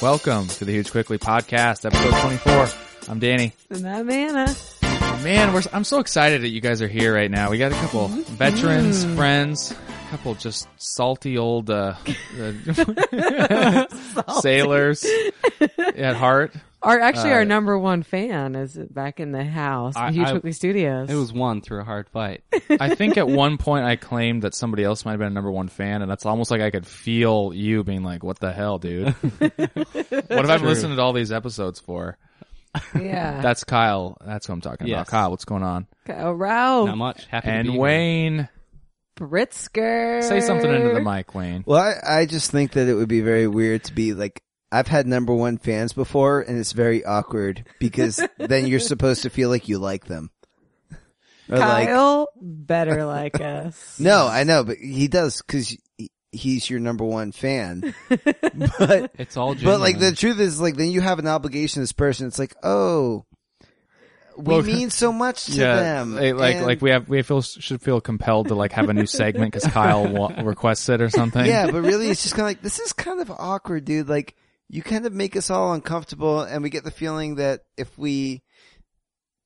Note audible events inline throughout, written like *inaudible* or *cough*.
Welcome to the Huge Quickly podcast, episode 24. I'm Danny. And I'm Anna. Man, we're, I'm so excited that you guys are here right now. We got a couple Mm-hmm. veterans, friends, a couple just salty old *laughs* uh, uh, *laughs* sailors at heart. Our actually Uh, our number one fan is back in the house, I- Huge I- Quickly Studios. It was won through a hard fight. I think at one point I claimed that somebody else might have been a number one fan, and that's almost like I could feel you being like, "What the hell, *laughs* dude? what have I been True. listening to all these episodes for?" *laughs* yeah. Oh, That's Kyle. That's who I'm talking about. Yes. Kyle, what's going on? Kyle Rao Not much. Happy to be And here. Wayne, Britzker. say something into the mic, Wayne. Well, I, I just think that it would be very weird to be like I've had number one fans before, and it's very awkward because then you're supposed to feel like you like them. Or like, Kyle better like *laughs* us. no, I know, but he does because he's your number one fan. but It's all genuine. but like the truth is like then you have an obligation to this person. It's like oh, we Well, mean *laughs* so much to them. eh, like and- like we have we feel should feel compelled to like have a new segment because Kyle wa- requests it or something. Yeah, but really, it's just kind of like this is kind of awkward, dude. Like you kind of make us all uncomfortable, and we get the feeling that if we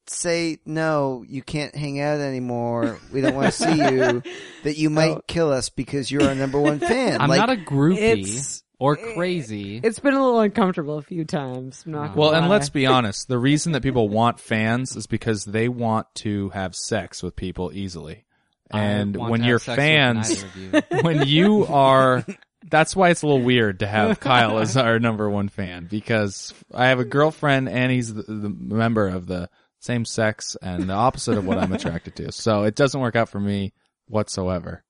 say no, you can't hang out anymore. We don't want to see *laughs* you. That you might kill us because you're our number one fan. I'm like, not a groupie It's- or crazy. It's been a little uncomfortable a few times. I'm not gonna Well, and lie. let's be honest. The reason that people want fans is because they want to have sex with people easily. I And want when to have you're sex with fans, neither of you. when you are, that's why it's a little weird to have Kyle as our number one fan because I have a girlfriend and he's the, the member of the same sex and the opposite of what I'm attracted to. So it doesn't work out for me whatsoever.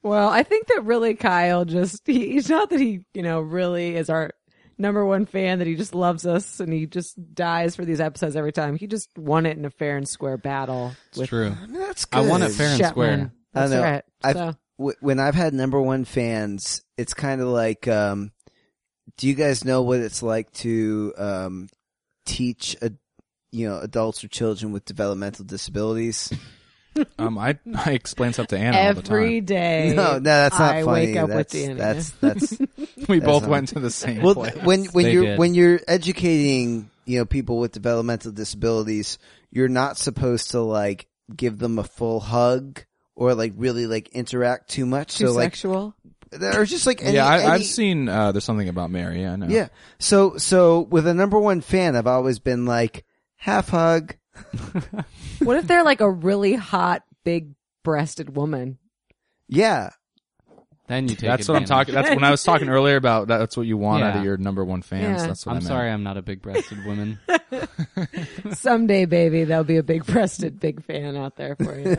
Well, I think that really Kyle just he, he's not that he, you know, really is our number one fan that he just loves us and he just dies for these episodes every time. He just won it in a fair and square battle It's with true. I mean, that's good. I want it fair and Shetland. square. I That's know. right. I've- So- Wh- When I've had number one fans, it's kind of like, um, do you guys know what it's like to um, teach a, you know, adults or children with developmental disabilities? Um, I, I explain stuff to Anna Every day. *laughs* No, no, that's not I funny. wake up that's, with Danny. *laughs* That's that's all the time. We That's both not- went to the same well place. th- when when They you're did. when you're educating you know people with developmental disabilities, you're not supposed to like give them a full hug or like really like interact too much. too so *laughs* sexual. like or just like any, yeah, I, I've any- seen uh, there's something about Mary. I know. yeah. So so with a number one fan, I've always been like half hug. what if they're like a really hot, big breasted woman? Yeah, *laughs* Then you take that's what I'm talking. advantage. That's when I was talking earlier about. That's what you want out of Yeah. your number one fans. Yeah. That's what I I'm meant. sorry I'm not a big-breasted woman. Someday, baby, there'll be a big breasted big fan out there for *laughs* you.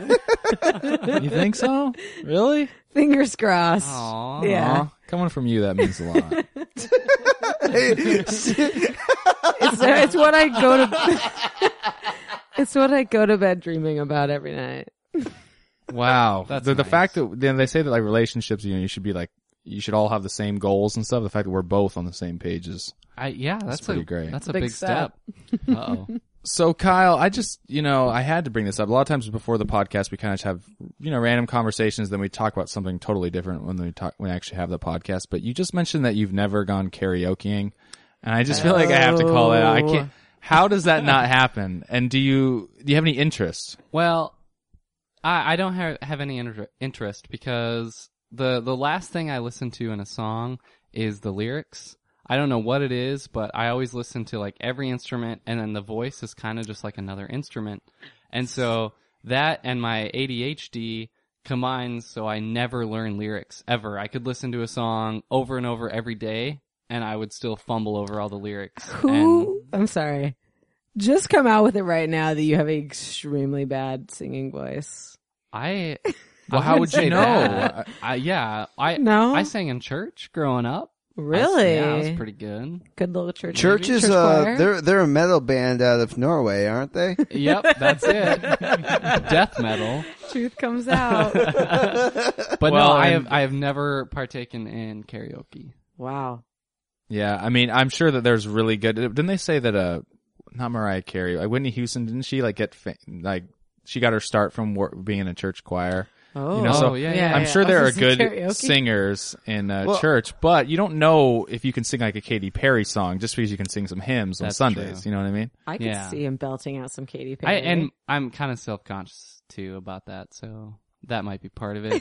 you think so? Really? Fingers crossed. Aw. Yeah. Aw, coming from you, that means a lot. It's, it's what I go to. *laughs* it's what I go to bed dreaming about every night. wow. That's the, the nice. fact that then they say that like relationships, you know, you should be like you should all have the same goals and stuff. The fact that we're both on the same pages. I, yeah, that's, pretty a, great. That's a Big big, step. step. Uh-oh. So Kyle, I just, you know, I had to bring this up. A lot of times before the podcast, we kind of have, you know, random conversations. Then we talk about something totally different when we talk, when we actually have the podcast. But you just mentioned that you've never gone karaokeing. And I just feel like I have to call it out. I can't, how does that not happen? And do you, do you have any interest? Well, I, I don't have, have any inter- interest because the the last thing I listen to in a song is the lyrics. I don't know what it is, but I always listen to like every instrument, and then the voice is kind of just like another instrument. And so that and my ADHD combines, so I never learn lyrics ever. I could listen to a song over and over every day, and I would still fumble over all the lyrics. And Who? I'm sorry. Just come out with it right now that you have an extremely bad singing voice. I. Well, I how would wouldn't you say know? that. I, yeah, I No, I sang in church growing up. I s- really. yeah, I was pretty good. good little church. churches. church uh, choir. they're they're a metal band out of Norway, *laughs* aren't they? Yep, that's it. Death metal. truth comes *laughs* out. But Well, no, I and- have I have never partaken in karaoke. wow. Yeah. I mean, I'm sure that there's really good. Didn't they say that, uh, not Mariah Carey, like Whitney Houston, didn't she like get, fa- like, she got her start from wor- being in a church choir Oh, You know, so yeah, yeah, I'm yeah. sure I there are was good gonna say karaoke. singers in uh, Well- church, but you don't know if you can sing like a Katy Perry song just because you can sing some hymns on That's Sundays. You know what I mean? I could Yeah. see him belting out some Katy I, Perry. and I'm kind of self conscious too about that, so that might be part *laughs* of it.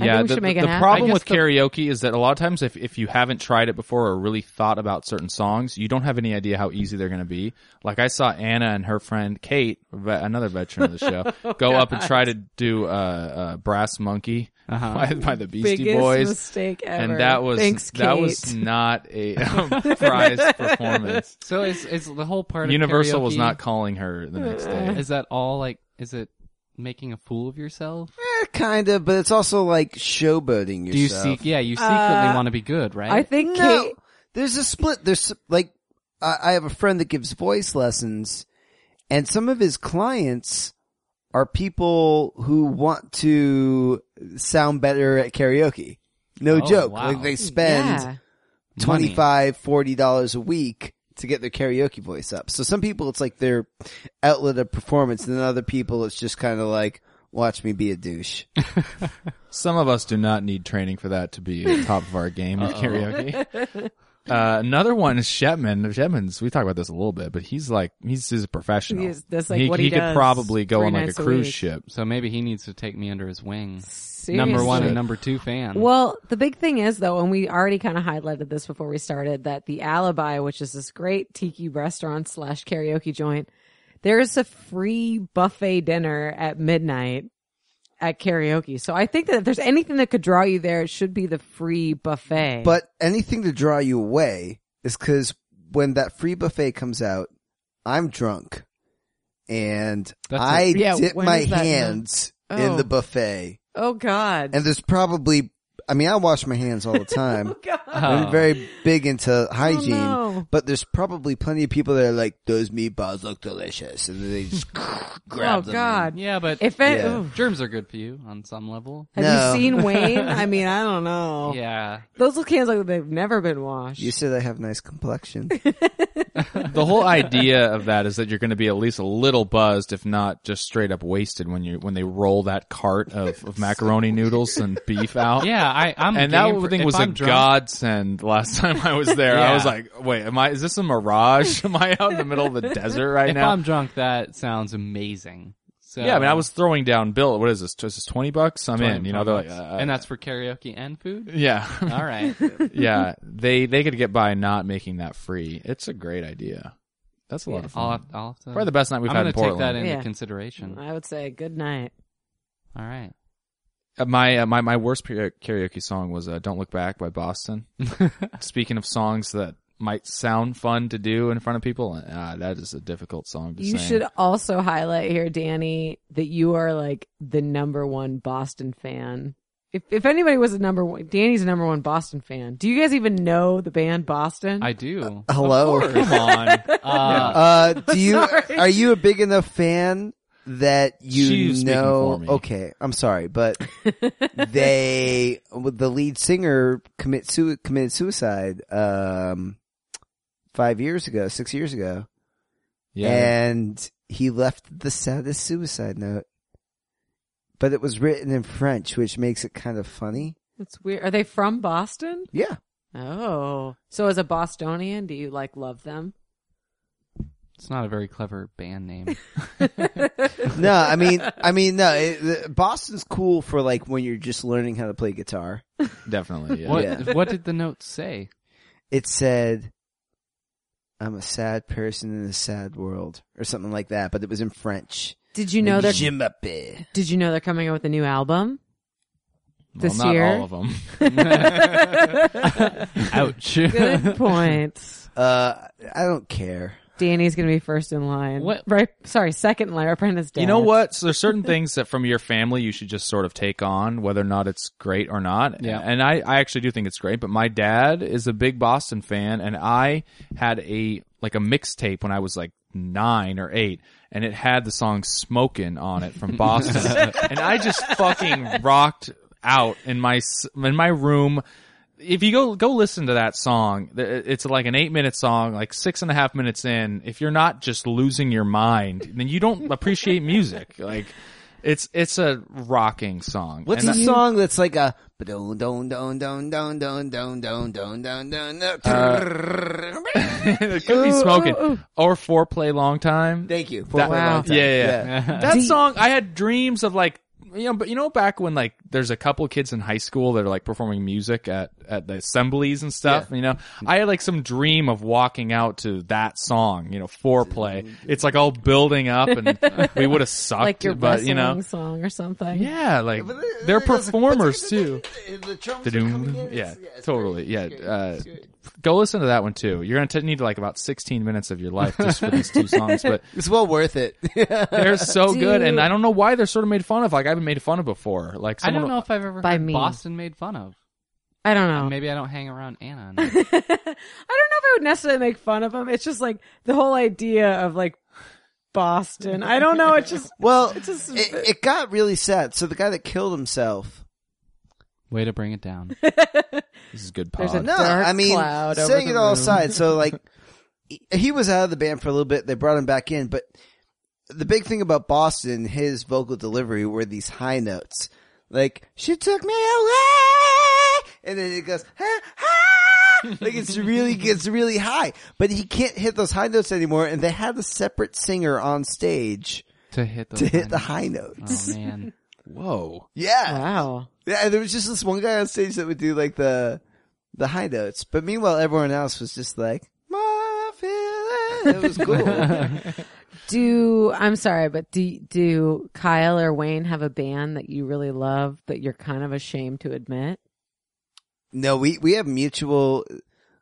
I think we the, should make the, it the happen. problem I with guess karaoke is that a lot of times, if, if you haven't tried it before or really thought about certain songs, you don't have any idea how easy they're going to be. Like I saw Anna and her friend Kate, ve- another veteran of the show, *laughs* go Oh, up and try to do uh, uh, "Brass Monkey" Uh-huh. by, by the Beastie biggest Boys, mistake ever. and that was Thanks, that Kate. was not a *laughs* *laughs* prize performance. so is is the whole part Universal of was karaoke- not calling her the next *laughs* day. Is that all like? Is it making a fool of yourself? Eh, kind of, but it's also like showboating yourself. Do you seek? Yeah, you secretly Uh, want to be good, right? I think No, Kate. there's a split. There's like I, I have a friend that gives voice lessons, and some of his clients are people who want to sound better at karaoke. No Oh, joke. wow. Like they spend Yeah. Money. twenty five, forty dollars a week to get their karaoke voice up. So some people it's like their outlet of performance, and then other people it's just kind of like watch me be a douche. Some of us do not need training for that to be at the top of our game with karaoke. Uh, another one is Shetman. Shetman's, we talked about this a little bit, but he's like, he's, he's a professional. He is- that's like what he could does probably go three on like a nights a cruise week. ship. so maybe he needs to take me under his wing. Seriously. Number one Should. and number two fan. Well, the big thing is though, and we already kind of highlighted this before we started, that the Alibi, which is this great tiki restaurant slash karaoke joint, there's a free buffet dinner at midnight at karaoke. So I think that if there's anything that could draw you there, it should be the free buffet. But anything to draw you away is because when that free buffet comes out, I'm drunk, and That's I a- Yeah, dip when my is that now? hands in Oh. the buffet, oh God. and there's probably. I mean, I wash my hands all the *laughs* time. oh God. I'm very big into hygiene, Oh, no. but there's probably plenty of people that are like, "Those meatballs look delicious," and they just *laughs* grab Oh them. God. yeah, but If it, Yeah. ooh. germs are good for you on some level. have No. you *laughs* seen Wayne? I mean, I don't know. Oh. Yeah, Those look hands like they've never been washed. You said I have *laughs* nice complexion. The whole idea of that is that you're going to be at least a little buzzed, if not just straight up wasted when you, when they roll that cart of, of macaroni noodles and beef out. yeah. I, I'm And that game for- thing if was I'm a drunk, godsend last *laughs* time I was there. I Yeah. was like, wait, am I, is this a mirage? *laughs* Am I out in the middle of the desert right If now? I'm drunk, that sounds amazing. So yeah, I mean, I was throwing down bill. What is this? This is twenty bucks. I'm in. You know, they're like, uh, and that's for karaoke *laughs* and food. *laughs* yeah, All right. yeah. They they could get by not making that free. It's a great idea. That's a lot of fun. I'll have, I'll have to. Probably the best night we've I'm had gonna in take Portland. that into Yeah. consideration. I would say good night. All right. Uh, my uh, my my worst per- karaoke song was uh, "Don't Look Back" by *laughs* Boston. Speaking of songs that might sound fun to do in front of people, uh, that is a difficult song to You sing. should also highlight here, Danny, that you are like the number one Boston fan. If if anybody was a number one, Danny's a number one Boston fan. Do you guys even know the band Boston? *laughs* I do. Hello. Come on, Uh, Uh, do you Sorry. are you a big enough fan that you She's speaking for know? me. Okay, I'm sorry, but they the lead singer commit sui- committed suicide um five years ago, six years ago, yeah. and he left the saddest suicide note. But it was written in French, which makes it kind of funny. That's weird. Are they from Boston? Yeah, Oh, so as a Bostonian, do you like love them? it's not a very clever band name. no, I mean, I mean, no. It, the- Boston's cool for like when you're just learning how to play guitar. definitely. Yeah. What Yeah. What did the note *laughs* say? it said I'm a sad person in a sad world or something like that, but it was in French. Did you know they're Jimape. Did you know they're coming out with a new album? This well, not year? all of them. *laughs* *laughs* Ouch. Good point. Uh I don't care. Danny's gonna be first in line. What- Right? Sorry, second in line. Our friend is dead. You know what? So there's certain things that from your family you should just sort of take on, whether or not it's great or not. Yeah. And I, I actually do think it's great, but my dad is a big Boston fan and I had a, like a mixtape when I was like nine or eight and it had the song Smokin' on it from Boston. and I just fucking rocked out in my, s- in my room if you go go listen to that song, th- it's like an eight minute song, like six and a half *laughs* minutes in. If you're not just losing your mind, then you don't appreciate music. Like It's it's a rocking song. What's And a song that's like a don't don't don't don't don't don't don't don't don't don't don't. it *laughs* could be Ooh, smoking ooh, ooh. or foreplay long time. Thank you. That- Wow. Yeah, yeah, yeah. That Do- song, I had dreams of like, you know, but you know, back when like there's a couple kids in high school that are like performing music at, at the assemblies and stuff, you know, I had like some dream of walking out to that song, you know, foreplay. It's like all building up *laughs* and we would have sucked, like your but wrestling you know, song or something. yeah, like But then- they're then it goes, performers but- too. The drums are coming Da-doom. in. Yeah, It's- it's totally. great. Yeah. It's great. Uh, It's great. go listen to that one too. You're going to need like about 16 minutes of your life just for these two songs, but It's well worth it. *laughs* they're so Do good, and you- I don't know why they're sort of made fun of. Like I've been made fun of before. Like I someone, don't know if I've ever By heard me. Boston made fun of. I don't know. Maybe I don't hang around Anna. enough. *laughs* I don't know if I would necessarily make fun of him. It's just like the whole idea of like Boston. I don't know. It's *laughs* just well, It's just- it, it got really sad. So the guy that killed himself. Way to bring *laughs* it down. this is good There's pod. a- No, dark I mean, cloud over saying the it all room. aside. *laughs* So like, he- he was out of the band for a little bit. They brought him back in, but the big thing about Boston, his vocal delivery were these high notes. Like she took me away, and then it goes ha, *laughs* ha. like it's really gets really high. But he can't hit those high notes anymore. And they had a separate singer on stage To hit the to hit the high notes. Oh man. Whoa, Yeah, wow. yeah, and there was just this one guy on stage that would do like the the high notes, but meanwhile everyone else was just like my feeling. It was *laughs* cool. Do I'm sorry, but do do Kyle or Wayne have a band that you really love that you're kind of ashamed to admit? no, we we have mutual.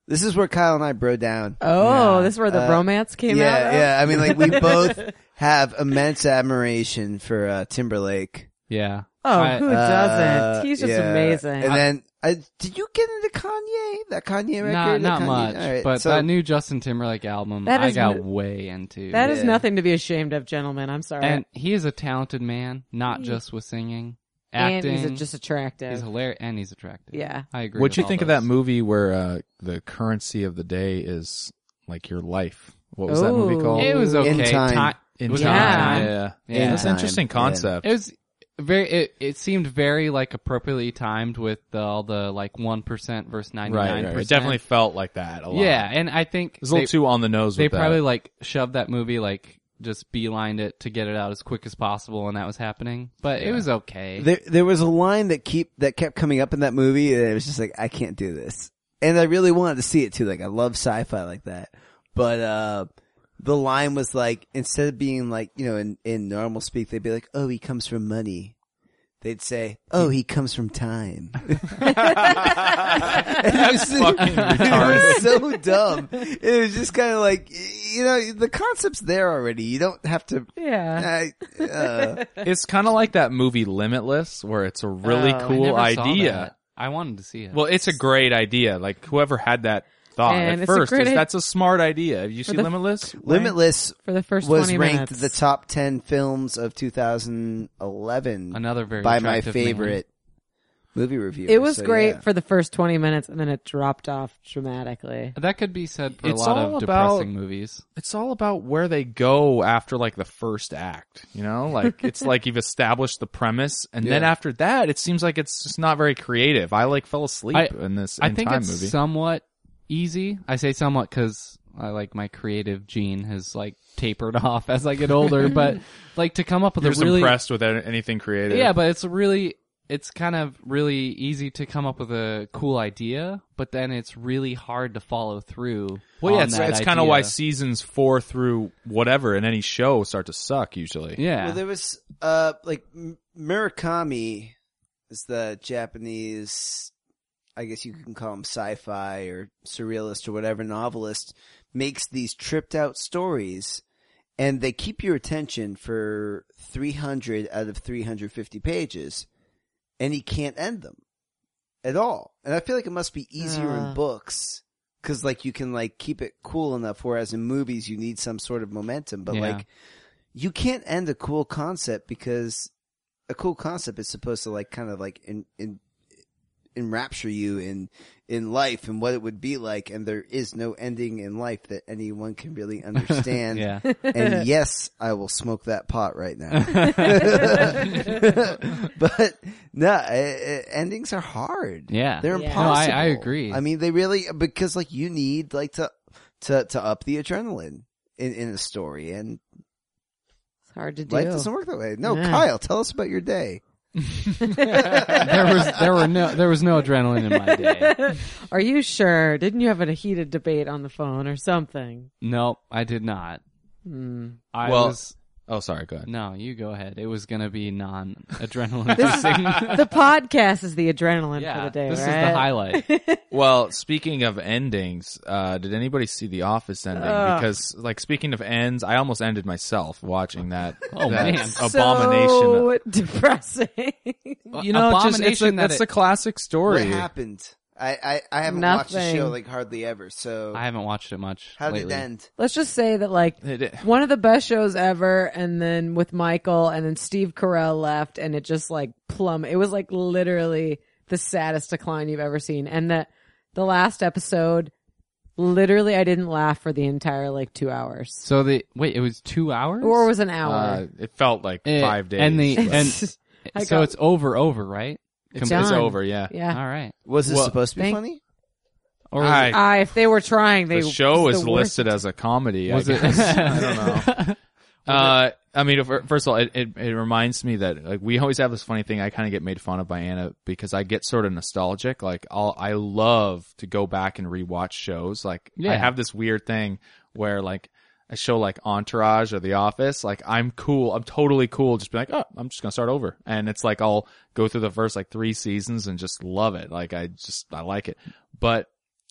This is where Kyle and I bro down. Oh, this is where the Uh, romance came yeah, out. of? yeah. I mean, *laughs* like we both have immense admiration for uh, Timberlake. Yeah. Oh, I- who Uh, doesn't? He's just yeah. amazing. And then, I, did you get into Kanye? That Kanye record? Nah, That not Kanye- much. all right, but so- that new Justin Timberlake album, That I is got no- way into. That is Yeah. nothing to be ashamed of, gentlemen. I'm sorry. and he is a talented man, not just with singing, And acting. he's just attractive. he's hilarious and he's attractive. yeah. I agree. what'd with you all think of those. that movie where uh, the currency of the day is like your life? What was that movie Ooh. called? It was okay. In Time. Ti- In was it time. Yeah. Time? yeah, Yeah. That's an Time. interesting Yeah. concept. It was very. It, it seemed very like appropriately timed with the, all the like one percent versus ninety Right, nine right, right. It percent. definitely felt like that a lot. Yeah, and I think it was a little they, too on the nose. they with that. probably like shoved that movie like just beelined it to get it out as quick as possible, and that was happening. But it was okay. There, there was a line that keep that kept coming up in that movie, and it was just like, I can't do this. And I really wanted to see it too. Like, I love sci-fi like that. But uh, the line was like, instead of being like, you know, in in normal speak, they'd be like, "Oh, he comes from money." They'd say, "Oh, he comes from time." *laughs* And *laughs* it was, fucking retarded. it was so dumb. It was just kind of like, you know, the concept's there already. You don't have to. yeah. I uh, it's kind of like that movie Limitless, where it's a really Oh, I cool I never saw idea. that. I wanted to see it. Well, it's a great idea. Like whoever had that thought And at it's a first, great is- i- that's a smart idea. You see the- Limitless? Wayne? limitless For the first was 20 ranked minutes. the top 10 films of 2011 another very by my attractive man. favorite movie reviewer. it was so great yeah. for the first 20 minutes and then it dropped off dramatically. That could be said for It's a lot all of about- depressing movies. It's all about where they go after like the first act, you *laughs* know? Like it's like you've established the premise and then Yeah. after that it seems like it's just not very creative. I like fell asleep I- in this I in think time it's movie. somewhat easy. I say somewhat because I like my creative gene has like tapered *laughs* off as I get older, but like to come up with You're a just really impressed with an- anything creative. yeah, but it's really it's kind of really easy to come up with a cool idea, but then it's really hard to follow through. well, yeah, on it's, that it's kind of why idea. seasons four through whatever in any show start to suck usually. yeah. Well, there was uh like M- Murakami is the Japanese I guess you can call him sci-fi or surrealist or whatever novelist makes these tripped out stories and they keep your attention for 300 out of 350 pages and he can't end them at all. And I feel like it must be easier Ah. in books cuz like you can like keep it cool enough whereas in movies you need some sort of momentum but Yeah. like you can't end a cool concept because a cool concept is supposed to like kind of like in, in enrapture you in in life and what it would be like, and there is no ending in life that anyone *laughs* can really understand. Yeah. *laughs* And yes, I will smoke that pot *laughs* right now. *laughs* but no, uh, uh, endings are hard. Yeah. they're Yeah. impossible. No, I- I agree. I mean, they really because like you need like to to to up the adrenaline in in a story, and It's hard to do. life doesn't work that way. No, Yeah. Kyle, tell us about your day. there was there were no there was no adrenaline in my day. *laughs* Are you sure? Didn't you have a heated debate on the phone or something? Nope, I did not. Hmm. I Well- was Oh, sorry. Go ahead. no. You go ahead. It was gonna be non *laughs* adrenaline. The podcast is the adrenaline for yeah, the day, this right? is the highlight. Well, speaking of endings, uh, did anybody see The Office ending? Ugh. because, like, speaking of ends, I almost ended myself watching that, *laughs* Oh, that man. So abomination. depressing. *laughs* *laughs* you know, just, it's a, Abomination that that's it- a classic What story. happened? I I, I haven't watched Nothing. the show like hardly ever. So I haven't watched it much. how did lately. it end? Let's just say that like It- one of the best shows ever, and then with Michael, and then Steve Carell left, and it just like plum. It was like literally the saddest decline you've ever seen, and the the last episode, literally, I didn't laugh for the entire like two hours, So the wait, it was two hours. or it was an hour. uh, it felt like Eh, five days. and the- but and- I so got- it's over, over, right? it's done. over. Yeah. *laughs* *laughs* yeah. All right. Was this Well, supposed to be thank- funny? Or was I- it, Ah, if they were trying, they the show it's is the worst. listed as a comedy. was I it? *laughs* guess. I don't know. Uh, I mean, fir- first of all, it, it, it reminds me that like we always have this funny thing. I kind of get made fun of by Anna because I get sort of nostalgic. Like I'll, I love to go back and rewatch shows. Like I Yeah. have this weird thing where like a show like Entourage or The Office, like I'm cool. I'm totally cool. Just be like, oh, I'm just going to start over. And it's like, I'll go through the first like three seasons and just love it. Like I just, I like it. But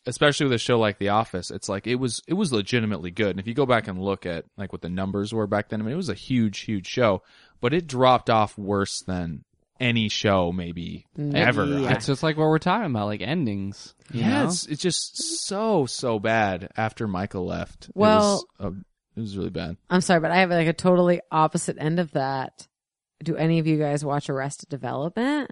especially with a show like The Office, it's like it was it was legitimately good. And if you go back and look at like what the numbers were back then, I mean it was a huge, huge show, but it dropped off worse than any show maybe ever. Yeah. I- It's just like what we're talking about, like endings. you yeah, know? it's, it's just so so bad after Michael left. Well- it was, uh, it was really bad. I'm sorry, but I have like a totally opposite end of that. Do any of you guys watch Arrested Development?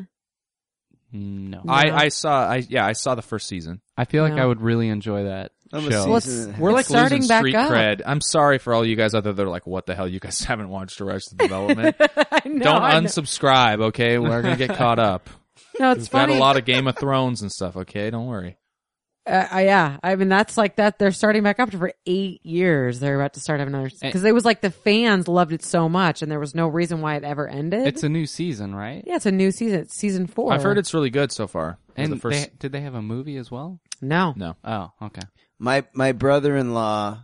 no. No. I I saw I yeah I saw the first season. I feel like No. I would really enjoy that I'm show. a season Well, it's- and a half. We're like starting losing back street up. cred. I'm sorry for all you guys out there. They're like, what the hell? You guys *laughs* haven't watched Arrested Development. *laughs* I know, Don't I know. unsubscribe, okay? We're gonna get caught up. No, it's We've got funny. a lot of Game of Thrones and stuff. Okay, don't worry. uh, uh, yeah, I mean that's like that. They're starting back up for eight years. They're about to start having Eh. another because it was like the fans loved it so much, and there was no reason why it ever ended. It's a new season, right? yeah, it's a new season. It's season four. I've heard it's really good so far. It was And the first, they, did they have a movie as well? no. No. Oh, okay. My my brother in law,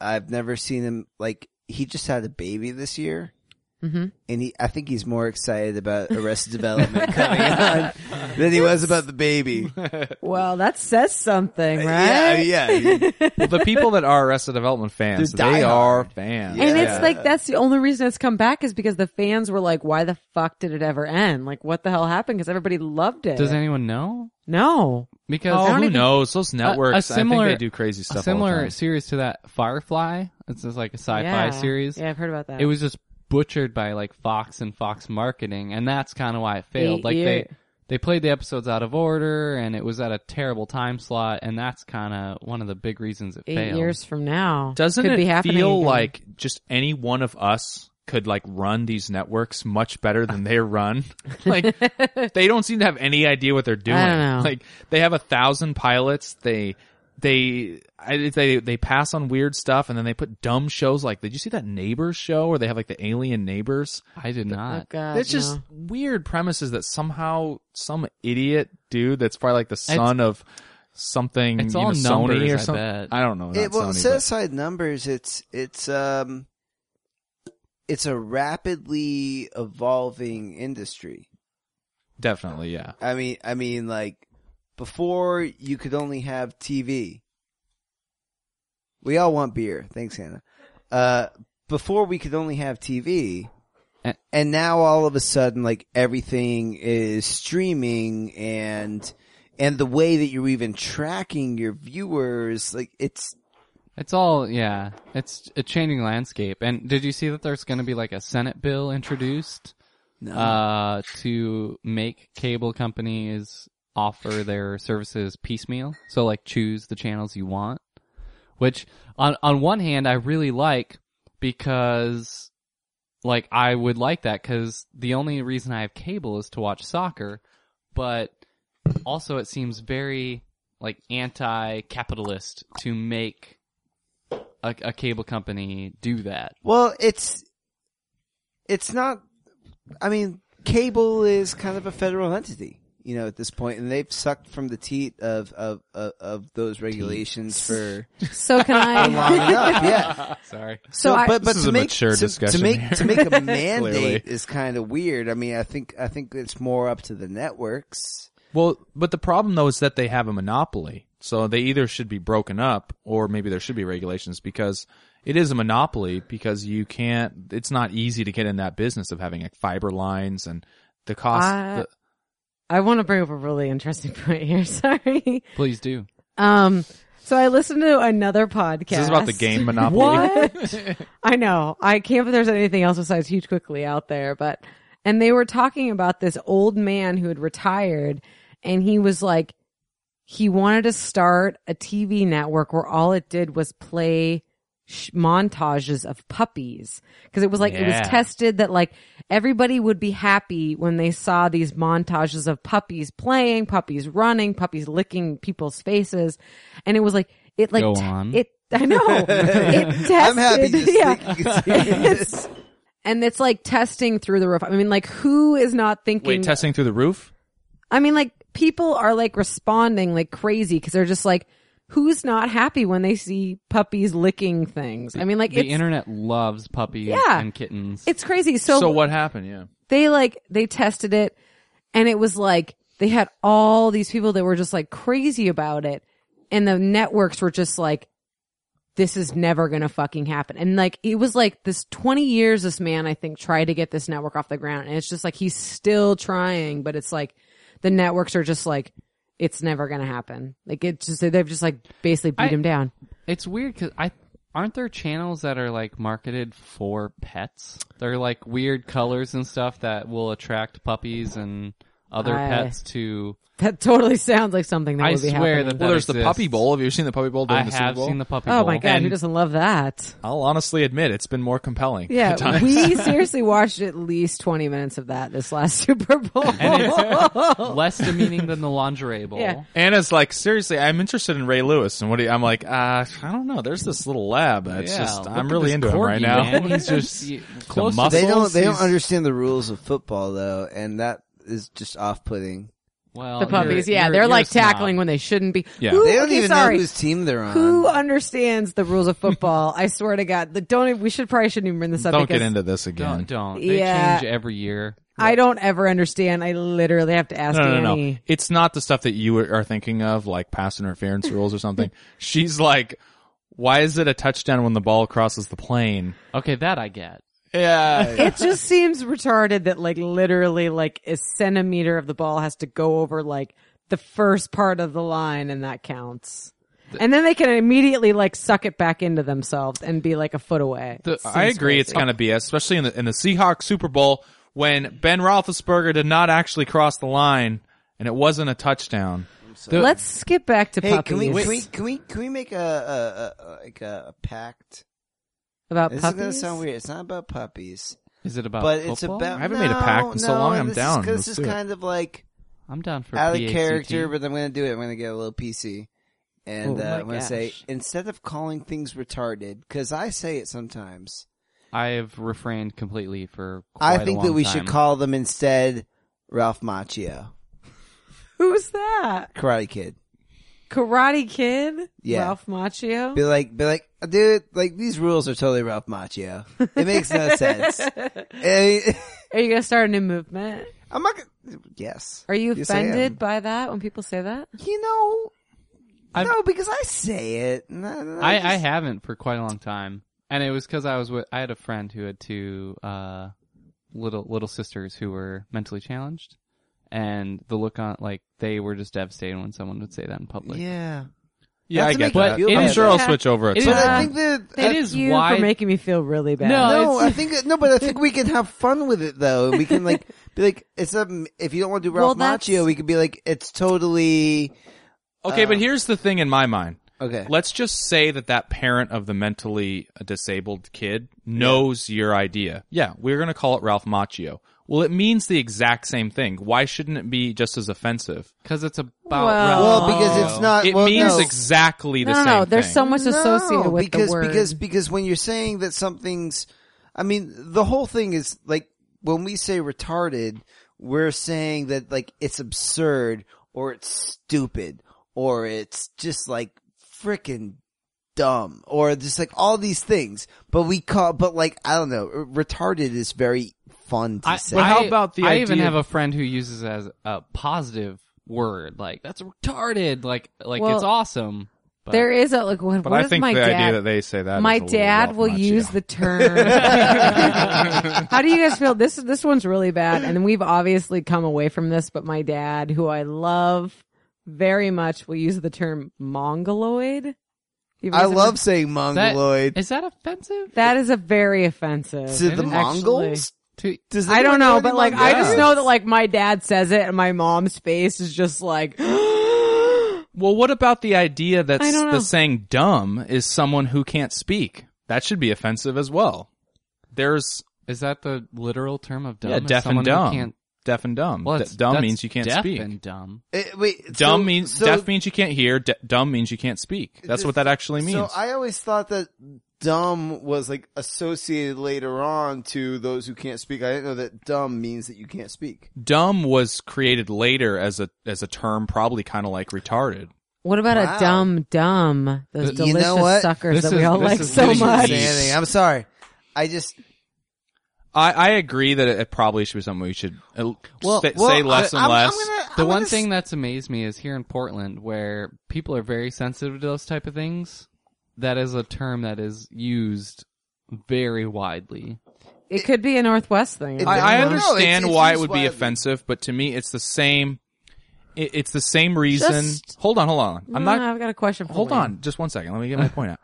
I've never seen him like he just had a baby this year, hmm and he I think he's more excited about Arrested Development coming on than he was about the baby. Well, that says something, Uh, right? Yeah, yeah. I mean, well, the people that are Arrested Development fans, They're they are diehard. fans. Yeah. And Yeah. it's like that's the only reason it's come back is because the fans were like, "Why the fuck did it ever end? Like, what the hell happened?" Because everybody loved it. Does anyone know? no, Because Oh, I don't who even- knows? Those networks, I similar- think they do crazy stuff. a all the similar time. series to that Firefly. It's just like a sci-fi Yeah. series. Yeah, I've heard about that. It was just butchered by like Fox and Fox marketing, and that's kind of why it failed. Eight like year- they they played the episodes out of order, and it was at a terrible time slot, and that's kind of one of the big reasons it eight failed. years from now. Doesn't could it be happening feel again. like just any one of us could like run these networks much better than they run? *laughs* *laughs* like they don't seem to have any idea what they're doing. I don't know. Like they have a thousand pilots. They they I, they they pass on weird stuff and then they put dumb shows like did you see that neighbors show where they have like the alien neighbors? I did Oh, not. God, That's just no. weird premises that somehow some idiot dude that's probably like the son of something it's you all know, Sony numbers, or I something. bet. don't know. it, not well, Sony, set but- aside numbers. It's it's um, it's a rapidly evolving industry. Definitely, yeah. I mean, I mean, like before you could only have TV. We all want beer. Thanks, Hannah. Uh, before we could only have TV. Eh. And now all of a sudden, like everything is streaming and, and the way that you're even tracking your viewers, like it's, It's all yeah. It's a changing landscape. And did you see that there's going to be like a Senate bill introduced no. uh, to make cable companies offer their services piecemeal. So like choose the channels you want, which on on one hand I really like because like I would like that cuz the only reason I have cable is to watch soccer, but also it seems very like anti-capitalist to make a, a cable company do that. Well, it's it's not. I mean, cable is kind of a federal entity, you know, at this point, and they've sucked from the teat of of of, of those regulations *laughs* for *laughs* So can long I? enough. Yeah. Sorry. So I- but This but is to a make mature to, to discussion make here. *laughs* to make a Clearly. mandate is kind of weird. I mean, I think I think it's more up to the networks. Well, but the problem though is that they have a monopoly. So they either should be broken up or maybe there should be regulations because it is a monopoly because you can't, it's not easy to get in that business of having like fiber lines and the cost. I- the- *laughs* I want to bring up a really interesting *laughs* point here. Sorry. Please do. Um, so I listened to another podcast. is this about the game monopoly? What? I know. I can't believe there's anything else besides Huge Quickly out there, but, and they were talking about this old man who had retired and he was like, he wanted to start a TV network where all it did was play sh- montages of puppies. Cause it was like, it Yeah. was tested that like everybody would be happy when they saw these montages of puppies playing, puppies running, puppies licking people's faces. And it was like, it like, Go te- on. it, I *laughs* know. it tested. I'm happy just *laughs* yeah. thinking it's- It's- and it's like testing through the roof. I mean, like who is not thinking? Wait, testing through the roof? I mean, like people are like responding like crazy because they're just like, who's not happy when they see puppies licking things? I mean, like the it's, internet loves puppies Yeah. and kittens. it's crazy. So, what happened? Yeah. they like they tested it and it was like they had all these people that were just like crazy about it and the networks were just like this is never gonna fucking happen and like it was like this 20 years this man i think tried to get this network off the ground and it's just like he's still trying but it's like the networks are just like it's never gonna happen like it just they've just like basically beat I- him down It's weird because I aren't there channels that are like marketed for pets. They're like weird colors and stuff that will attract puppies and other I- pets to. that totally sounds like something that I would be swear happening that Well, there's the exists. puppy bowl. Have you seen the puppy bowl during I the Super have Bowl? seen the puppy. oh bowl. my god who And- *laughs* doesn't love that I'll honestly admit it's been more compelling. *laughs* at Yeah, times. we seriously watched at least 20 minutes of that this last *laughs* Super Bowl. *laughs* Less demeaning than the lingerie bowl. Yeah. Anna's like, seriously, I'm interested in Ray Lewis, and what do you, I'm like, uh, I don't know. There's this little lab that's Yeah, just, look I'm at really this into him right corgi, now. *laughs* man. He's just he- close. to- muscle- They don't they don't He's- understand the rules of football though, and that is just off putting. well, the puppies, you're- yeah, you're- they're you're like a snob. tackling when they shouldn't be. Yeah. Who- They don't okay, even sorry. know whose team they're on. Who understands the rules of football? I swear to God, the, don't. even- We should probably shouldn't even bring this up. Don't because get into this again. Don't, don't. They Yeah. change every year. I don't ever understand. I literally have to ask No, no, Annie. no. It's not the stuff that you are thinking of, like pass interference rules or *laughs* something. She's like, why is it a touchdown when the ball crosses the plane? Okay, that I get. *laughs* Yeah. It just seems retarded that like literally like a centimeter of the ball has to go over like the first part of the line and that counts. And then they can immediately like suck it back into themselves and be like a foot away. I agree. It's kind of BS, especially in the in the Seahawks Super Bowl when Ben Roethlisberger did not actually cross the line and it wasn't a touchdown. Let's skip back to Hey, puppies. can we, can we can we can we make a, a, a like a, a pact? about This puppies? is gonna sound weird. It's not about puppies, Is it about? but football? it's about. I haven't made a pact in so long, I'm down. Let's Because this do is it. kind of like I'm down for out of PACT. character, but I'm gonna do it. I'm gonna get a little PC, and Oh uh, my I'm gonna say gosh. instead of calling things retarded, because I say it sometimes. I have refrained completely for. Quite I think that we should call them instead Ralph Macchio, Who's that? Karate Kid. Karate Kid? Yeah. Ralph Macchio? Be like, be like, dude, like these rules are totally Ralph Macchio. It makes *laughs* no sense. I mean, Are you going to start a new movement? *laughs* I'm not. Gonna, yes. Are you Yes, I am. offended by that when people say that? You know, I've- no, because I say it. and I, and I, just- I haven't for quite a long time, and it was because I was with. I had a friend who had two uh, little little sisters who were mentally challenged, and the look on like they were just devastated when someone would say that in public. yeah. Yeah, Not I to get make you that. feel I'm bad. sure I'll Yeah. switch over at It some But Yeah. I point. think that It I- is you why for making me feel really bad. No, No, it's- I think that- no, but I think we can have fun with it though. We *laughs* can like be like, it's a if you don't want to do Well, Ralph that's- Macchio, we could be like, it's totally Okay, but here's the thing in my mind. okay. Let's just say that that parent of the mentally disabled kid knows your idea. Yeah, we're going to call it Ralph Macchio. Well, it means the exact same thing. Why shouldn't it be just as offensive? because it's about Well- Well, because it's not. It well, means no. exactly the Uh, no, no, same no. There's thing. so much No, associated with because the word. because because when you're saying that something's, I mean, the whole thing is like when we say retarded, we're saying that like it's absurd or it's stupid or it's just like freaking dumb or just like all these things. But we call, but like I don't know, retarded is very fun to I, say. But how I- about the I even idea- have a friend who uses it as a positive word, like that's retarded, like like Well, it's awesome. But there is a like. What, But what I is think my the dad? idea that they say that my is a little dad Ralph will Macchio. use the term. *laughs* How do you guys feel? This this one's really bad, and we've obviously come away from this. But my dad, who I love very much, will use the term mongoloid. You guys I ever- love saying that, mongoloid Is that offensive? that. Is a very offensive to the actually. Mongols. To, Does I anyone don't know know, any but like I just Mongols? know that like my dad says it, and my mom's face is just like. *gasps* Well, what about the idea that I s- don't know. the saying dumb is someone who can't speak? That should be offensive as well. There's is that the literal term of dumb? yeah, Is deaf and someone who dumb. Can't, Deaf and dumb. well, D- it's- dumb that's means you can't deaf speak. And dumb. Eh, wait, so- dumb means so- deaf means you can't hear. D- dumb means you can't speak. That's what that actually means. So I always thought that dumb was like associated later on to those who can't speak. I didn't know that dumb means that you can't speak. dumb was created later as a as a term, probably kind of like retarded. What about Wow. a dumb dumb? Those You know delicious what? suckers This that we is- all this like is so getting much. deep. Insanity. I'm sorry. I just I, I agree that it, it probably should be something we should uh, Well- say, well, say less I- and I'm- I'm less. gonna- I'm The gonna one s- thing that's amazed me is here in Portland, where people are very sensitive to those type of things. That is a term that is used very widely. It could be a Northwest thing. It- I, I- I No, it's- understand it's why it used would be widely. offensive, but to me, it's the same. It, it's the same reason. Just- hold on, hold on. I'm No, not. Mm, I've got a question for Hold Wayne. on, just one second. Let me get *laughs* my point out.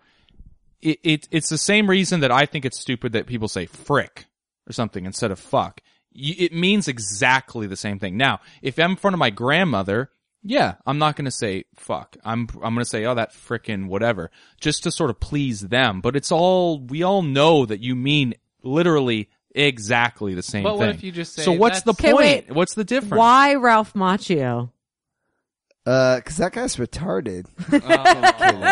It, it it's the same reason that I think it's stupid that people say frick or something instead of fuck. Y it means exactly the same thing. Now, if I'm in front of my grandmother, yeah, I'm not going to say fuck. I'm I'm going to say oh that frickin' whatever, just to sort of please them. But it's all we all know that you mean literally exactly the same But thing. what if you just say so what's the that's- point? Okay, wait. What's the difference? Why Ralph Macchio? uh, cause that guy's retarded. He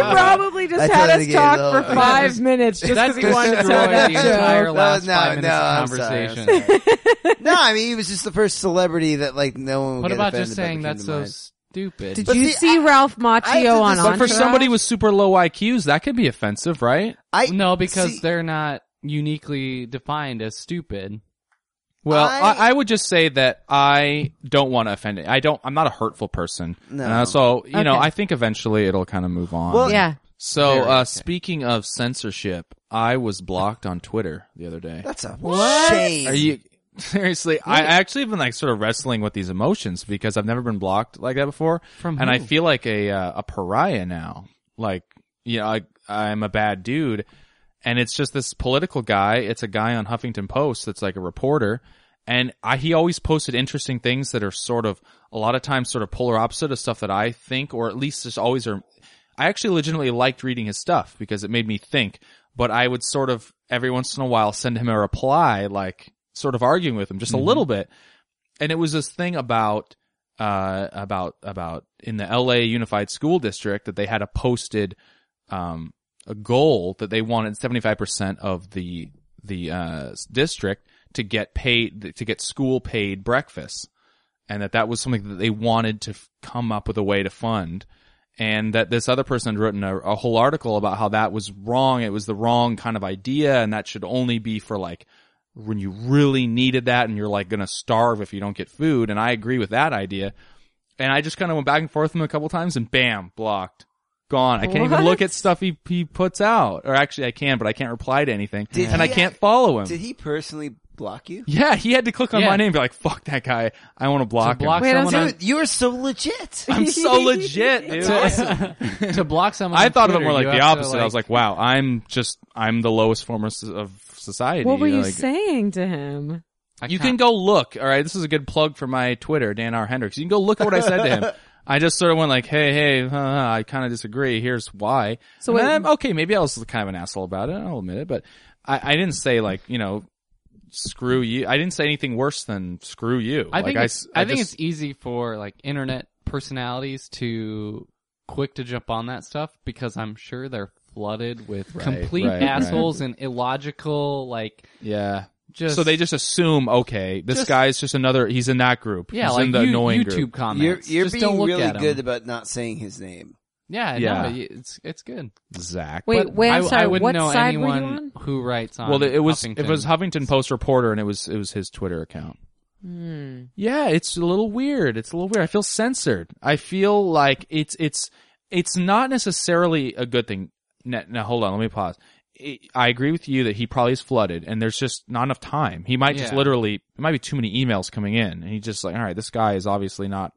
Oh. probably I just had totally us get talk it all. for five minutes just That's because he wanted to destroyed tell that the entire joke. last No, five no, minutes I'm of sorry, I'm conversation. no, I mean he was just the first celebrity that like no one. Would What get about just saying offended by that that's came so to mind. stupid? Did But you see, see I- Ralph I did Macchio on this- But Entourage? for somebody with super low IQs, that could be offensive, right? I no, because see- they're not uniquely defined as stupid. Well, I- I, I would just say that I don't want to offend. I don't. I'm not a hurtful person. No. Uh, so you know, Okay. I think eventually it'll kind of move on. Well- yeah, so Very, uh, okay. speaking of censorship, I was blocked on Twitter the other day. that's a What? shame. Are you *laughs* seriously? I I actually have been like sort of wrestling with these emotions because I've never been blocked like that before, From and I who? feel like a uh, a pariah now. Like, you know, I I'm a bad dude, and it's just this political guy. It's a guy on Huffington Post that's like a reporter, and I, he always posted interesting things that are sort of a lot of times sort of polar opposite of stuff that I think, or at least just always are. I actually legitimately liked reading his stuff because it made me think, but I would sort of every once in a while send him a reply, like sort of arguing with him just a little bit. And it was this thing about, uh, about, about in the LA Unified School District that they had a posted, um, a goal that they wanted 75% of the, the, uh, s- district to get paid, to get school paid breakfast. And that that was something that they wanted to f- come up with a way to fund and that this other person had written a, a whole article about how that was wrong. It was the wrong kind of idea, and that should only be for like when you really needed that, and you're like gonna starve if you don't get food. And I agree with that idea. And I just kind of went back and forth with him a couple times, and bam, blocked, gone. I can't even What? look at stuff he he puts out, or actually I can, but I can't reply to anything, Did and I he can't act- Um, follow him. Did he personally block you? Yeah, he had to click on Yeah. my name and be like, fuck that guy. I want to block him. block Wait, someone on, Dude, you are *laughs* so legit. I'm so *laughs* legit, dude. *laughs* to, to block someone. I on thought of it Twitter, more like you the have to, opposite. I was like, wow, I'm just, I'm the lowest form of s- of society. What were you Like, saying to him? I You can can't- go look. All right, this is a good plug for my Twitter, Dan R. Hendricks. You can go look at what I said to *laughs* him. I just sort of went like, hey, hey, huh, huh, I kind of disagree. Here's why. So So wait- I'm, okay, maybe I was kind of an asshole about it. I'll admit it, but I, I didn't say like, you know, screw you. I didn't say anything worse than screw you. I like, think s- it's, I, think just- it's easy for like internet personalities to quick to jump on that stuff because I'm sure they're flooded with Right, complete right, right. assholes and illogical like yeah. just so they just assume, okay, this just- guy's just another. He's in that group. yeah he's like in the you- annoying YouTube group. You're, comments. you're just being don't look really at 'em. good about not saying his name. Yeah, Yeah. no, it's it's good. Zach. Wait, But wait, I, I'm sorry. I wouldn't what know side anyone were you on? who writes on. well, it was it Huffington. was Huffington Post reporter, and it was it was his Twitter account. Yeah, it's a little weird. It's a little weird. I feel censored. I feel like it's it's it's not necessarily a good thing. Now, now hold on, let me pause. I- I agree with you that he probably is flooded, and there's just not enough time. He might just Yeah. literally it might be too many emails coming in, and he's just like, all right, this guy is obviously not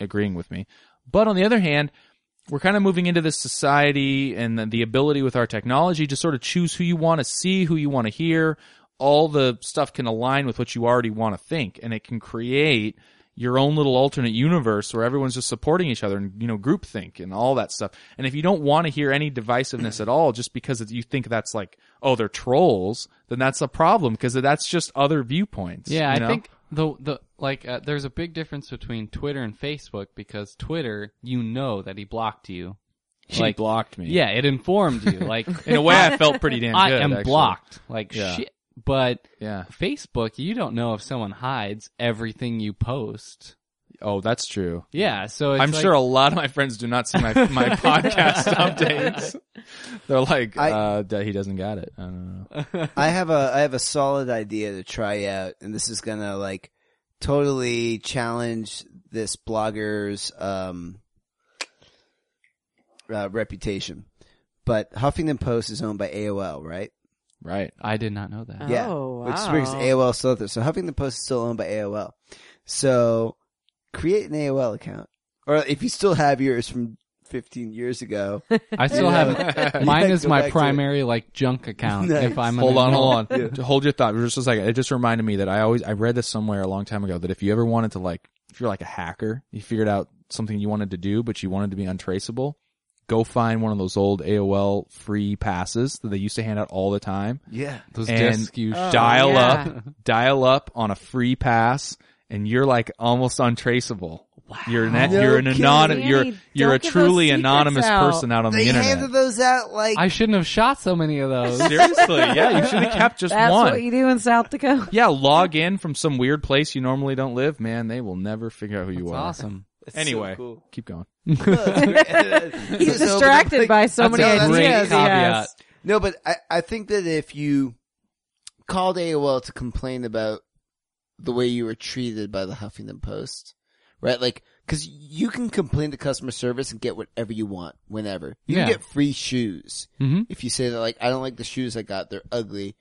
agreeing with me. But on the other hand, we're kind of moving into this society and the, the ability with our technology to sort of choose who you want to see, who you want to hear. All the stuff can align with what you already want to think, and it can create your own little alternate universe where everyone's just supporting each other and you know groupthink and all that stuff. And if you don't want to hear any divisiveness at all, just because it's- you think that's like oh they're trolls, then that's a problem because that's just other viewpoints. Yeah, you I know? think the the like uh, there's a big difference between Twitter and Facebook because Twitter, you know that he blocked you. he like- blocked me. Yeah, it informed you. Like *laughs* in a way, I felt *laughs* pretty damn I good. am actually. blocked. Like Yeah. shit. But Yeah. Facebook, you don't know if someone hides everything you post. Oh, that's true. Yeah, so it's I'm like- sure a lot of my friends do not see my *laughs* my podcast updates. They're like, I- uh, that he doesn't got it. I don't know. *laughs* I have a I have a solid idea to try out, and this is gonna like totally challenge this blogger's um, uh, reputation. But Huffington Post is owned by AOL, right? Right. I did not know that. yeah, Oh, which wow. brings AOL still out there. So Huffington Post is still owned by AOL. So create an AOL account, or if you still have yours from 15 years ago, I *laughs* still have mine is Go back my to it. primary like junk account Nice. if I'm Hold an on, hold adult. on. Hold your thought for just a second. It just reminded me that I always I read this somewhere a long time ago that if you ever wanted to like if you're like a hacker, you figured out something you wanted to do but you wanted to be untraceable, go find one of those old AOL free passes that they used to hand out all the time. Yeah. Those And discs you Oh, dial yeah. up, dial up on a free pass, and you're like almost untraceable. Wow. You're an, No you're an kidding. anonymous, you're, Danny, you're a don't give truly those secrets anonymous out. person out on They the handed internet. those out like I shouldn't have shot so many of those. *laughs* Seriously, yeah, *laughs* you should have kept just That's one. what you do in South Dakota. yeah, log in from some weird place you normally don't live. Man, they will never figure out who you It's are. awesome. That's so Anyway, cool. keep going. He's distracted by so That's many a great ideas he caveat. has. No, but I, I think that if you called AOL to complain about the way you were treated by the Huffington Post, right? Like, cause you can complain to customer service and get whatever you want whenever. You Yeah. can get free shoes. Mhm. If you say that like, I don't like the shoes I got, they're ugly,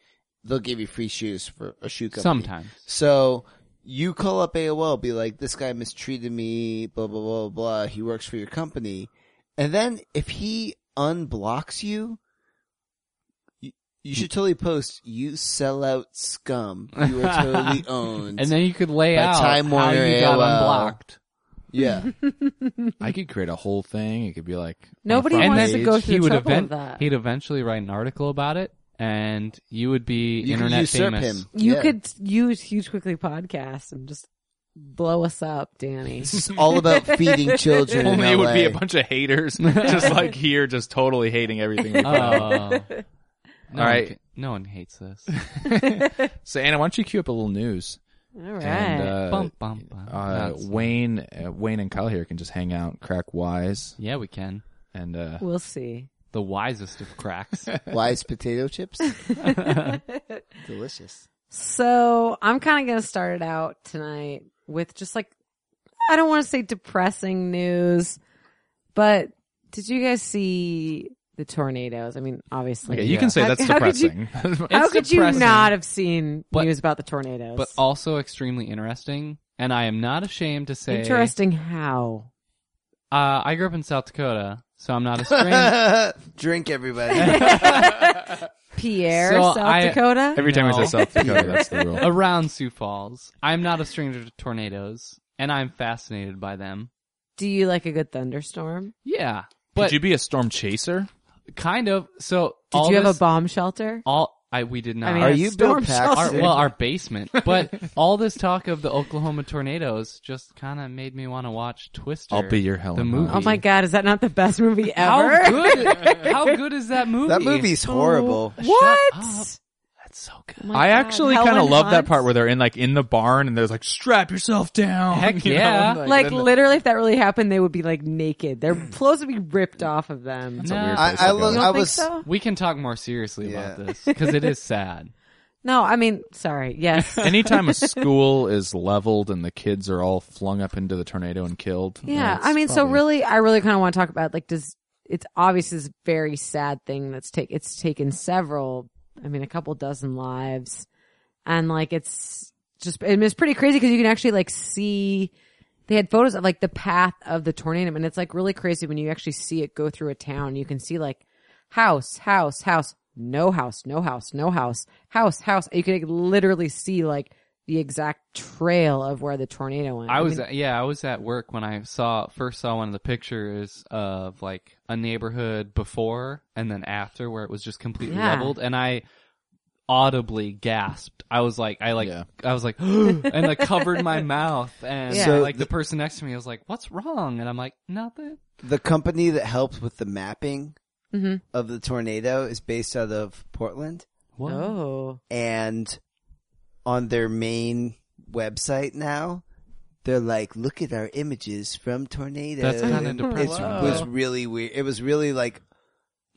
they'll give you free shoes for a shoe company. Sometimes. So you call up AOL, be like, this guy mistreated me, blah, blah, blah, blah. He works for your company. And then if he unblocks you, you, you should totally post, you sell out scum. You are totally owned. And then you could lay By out Time how Warner you got AOL. unblocked. *laughs* yeah. I could create a whole thing. It could be like on the Nobody front wants page. to go through he the would trouble event- of that. he'd eventually write an article about it, and you would be You can internet usurp famous. him. You Yeah. could use Huge Quickly podcast and just blow us up, Danny. This is all about *laughs* feeding children. in Only it would be a LA. bunch of haters, *laughs* just like here, just totally hating everything. *laughs* we put out. Oh. *laughs* No All one right. ca- no one hates this. So Anna, why don't you cue up a little news? All right. And, uh, bum, bum, bum. uh, That's- Wayne, uh, Wayne and Kyle here can just hang out, crack wise, yeah, we can. and uh, we'll see. The wisest of cracks. Wise *laughs* potato chips. Delicious. *laughs* So I'm kind of going to start it out tonight with just like, I don't want to say depressing news, but did you guys see the tornadoes. I mean, obviously. Okay, you *laughs* can say How- that's how could you- depressing. How It's could depressing, you not have seen But- news about the tornadoes? But also extremely interesting. And I am not ashamed to say, interesting how. Uh, I grew up in South Dakota, so I'm not a stranger. *laughs* Drink everybody. Pierre, So South I- Dakota. Every time we say No. South *laughs* Dakota, that's the rule. around Sioux Falls. I'm not a stranger to tornadoes, and I'm fascinated by them. Do you like a good thunderstorm? Yeah, Could but you be a storm chaser? kind of. So Did all you have this- a bomb shelter? all I we did not. I mean, Are a you storm Bill Paxton? our, shelter. well, our basement. But all this talk of the Oklahoma tornadoes just kind of made me want to watch Twister. I'll be your Helen The Hunt. movie. oh my god, is that not the best movie ever? How good? How good is that movie? that movie's horrible. *laughs* Oh, What? up. That's so good. Oh my I God, actually Helen kind of love that Hunt? part where they're in like in the barn and there's like strap yourself down. *laughs* Heck you yeah. Like then- literally, if that really happened, they would be like naked. Their Mm. clothes would be ripped off of them. It's a No. weird I- place I to love- You *laughs* go. don't I think was- so? We can talk more seriously Yeah. about this because it is sad. No, I mean, sorry. *laughs* Yes. Anytime a school is leveled and the kids are all flung up into the tornado and killed. Yeah, it's I mean, so probably- really, I really kind of want to talk about like, does it's obvious this very sad thing that's take it's taken several, I mean, a couple dozen lives, and like it's just and it's pretty crazy because you can actually like see they had photos of like the path of the tornado, and it's like really crazy when you actually see it go through a town. You can see like house, house, house, no house, no house, no house, house, house. You can like, literally see like the exact trail of where the tornado went. I was mean, at- yeah, I was at work when I saw first saw one of the pictures of like a neighborhood before and then after where it was just completely Yeah. leveled and I audibly gasped. I was like I like Yeah. I was like *gasps* and I covered my mouth and Yeah. So like the person next to me was like, "What's wrong?" and I'm like, "Nothing." The company that helped with the mapping Mhm. of the tornado is based out of Portland. What? oh. and on their main website now, they're like, "Look at our images from tornadoes." That's kinda depressing. It was really weird. It was really like,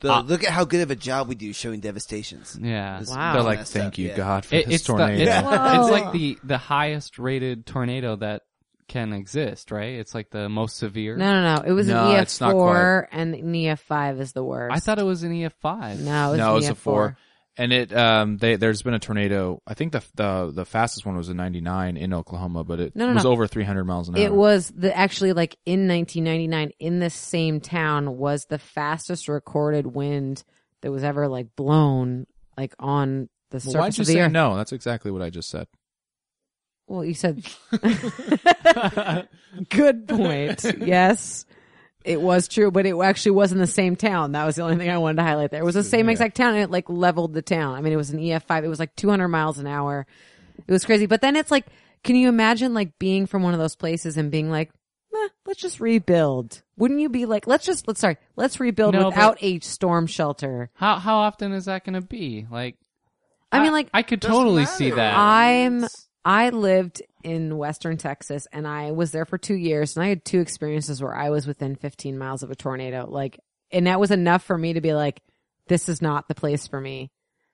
the, Ah. "Look at how good of a job we do showing devastations." Yeah. This- Wow. They're all like, messed thank up, you yeah. God for It- this it's the, tornado. it's, Yeah. it's Whoa. like the the highest rated tornado that can exist, right? It's like the most severe. No, no, no. It was No, an EF it's not four, and an EF five is the worst. I thought it was an E EF5. no, it was no, an E it was EF a four. And it, um, they, there's been a tornado. I think the the the fastest one was in '99 in Oklahoma, but it No, no, was no. over 300 miles an hour. It was the actually like in 1999 in this same town was the fastest recorded wind that was ever like blown like on the surface Well, why'd you of the say earth. no? That's exactly what I just said. Well, you said good point. Yes. It was true, but it actually was in the same town. That was the only thing I wanted to highlight there. It was the same exact town and it like leveled the town. I mean, it was an EF5. It was like 200 miles an hour. It was crazy. But then it's like, can you imagine like being from one of those places and being like, "Meh, let's just rebuild. Wouldn't you be like, let's just, let's, sorry, let's rebuild No, without a storm shelter. How how often is that going to be? Like, I, mean, like, I could totally matter. see that. I'm I lived in western Texas and I was there for 2 years and I had two experiences where I was within 15 miles of a tornado like and that was enough for me to be like this is not the place for me.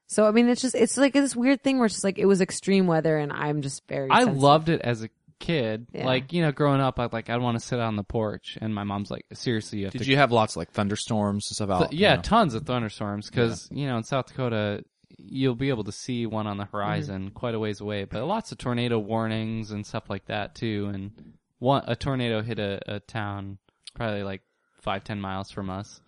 So I mean it's just it's like this weird thing where it's just like it was extreme weather and I'm just very I sensitive. loved it as a kid. Yeah. Like, you know, growing up, I would like I'd want to sit on the porch, and my mom's like, "Seriously, you have Did to." you have lots of like thunderstorms and stuff Th- out? you yeah, know? tons of thunderstorms because you know in South Dakota you'll be able to see one on the horizon quite a ways away, but lots of tornado warnings and stuff like that too. And one a tornado hit a, a town probably like five ten miles from us.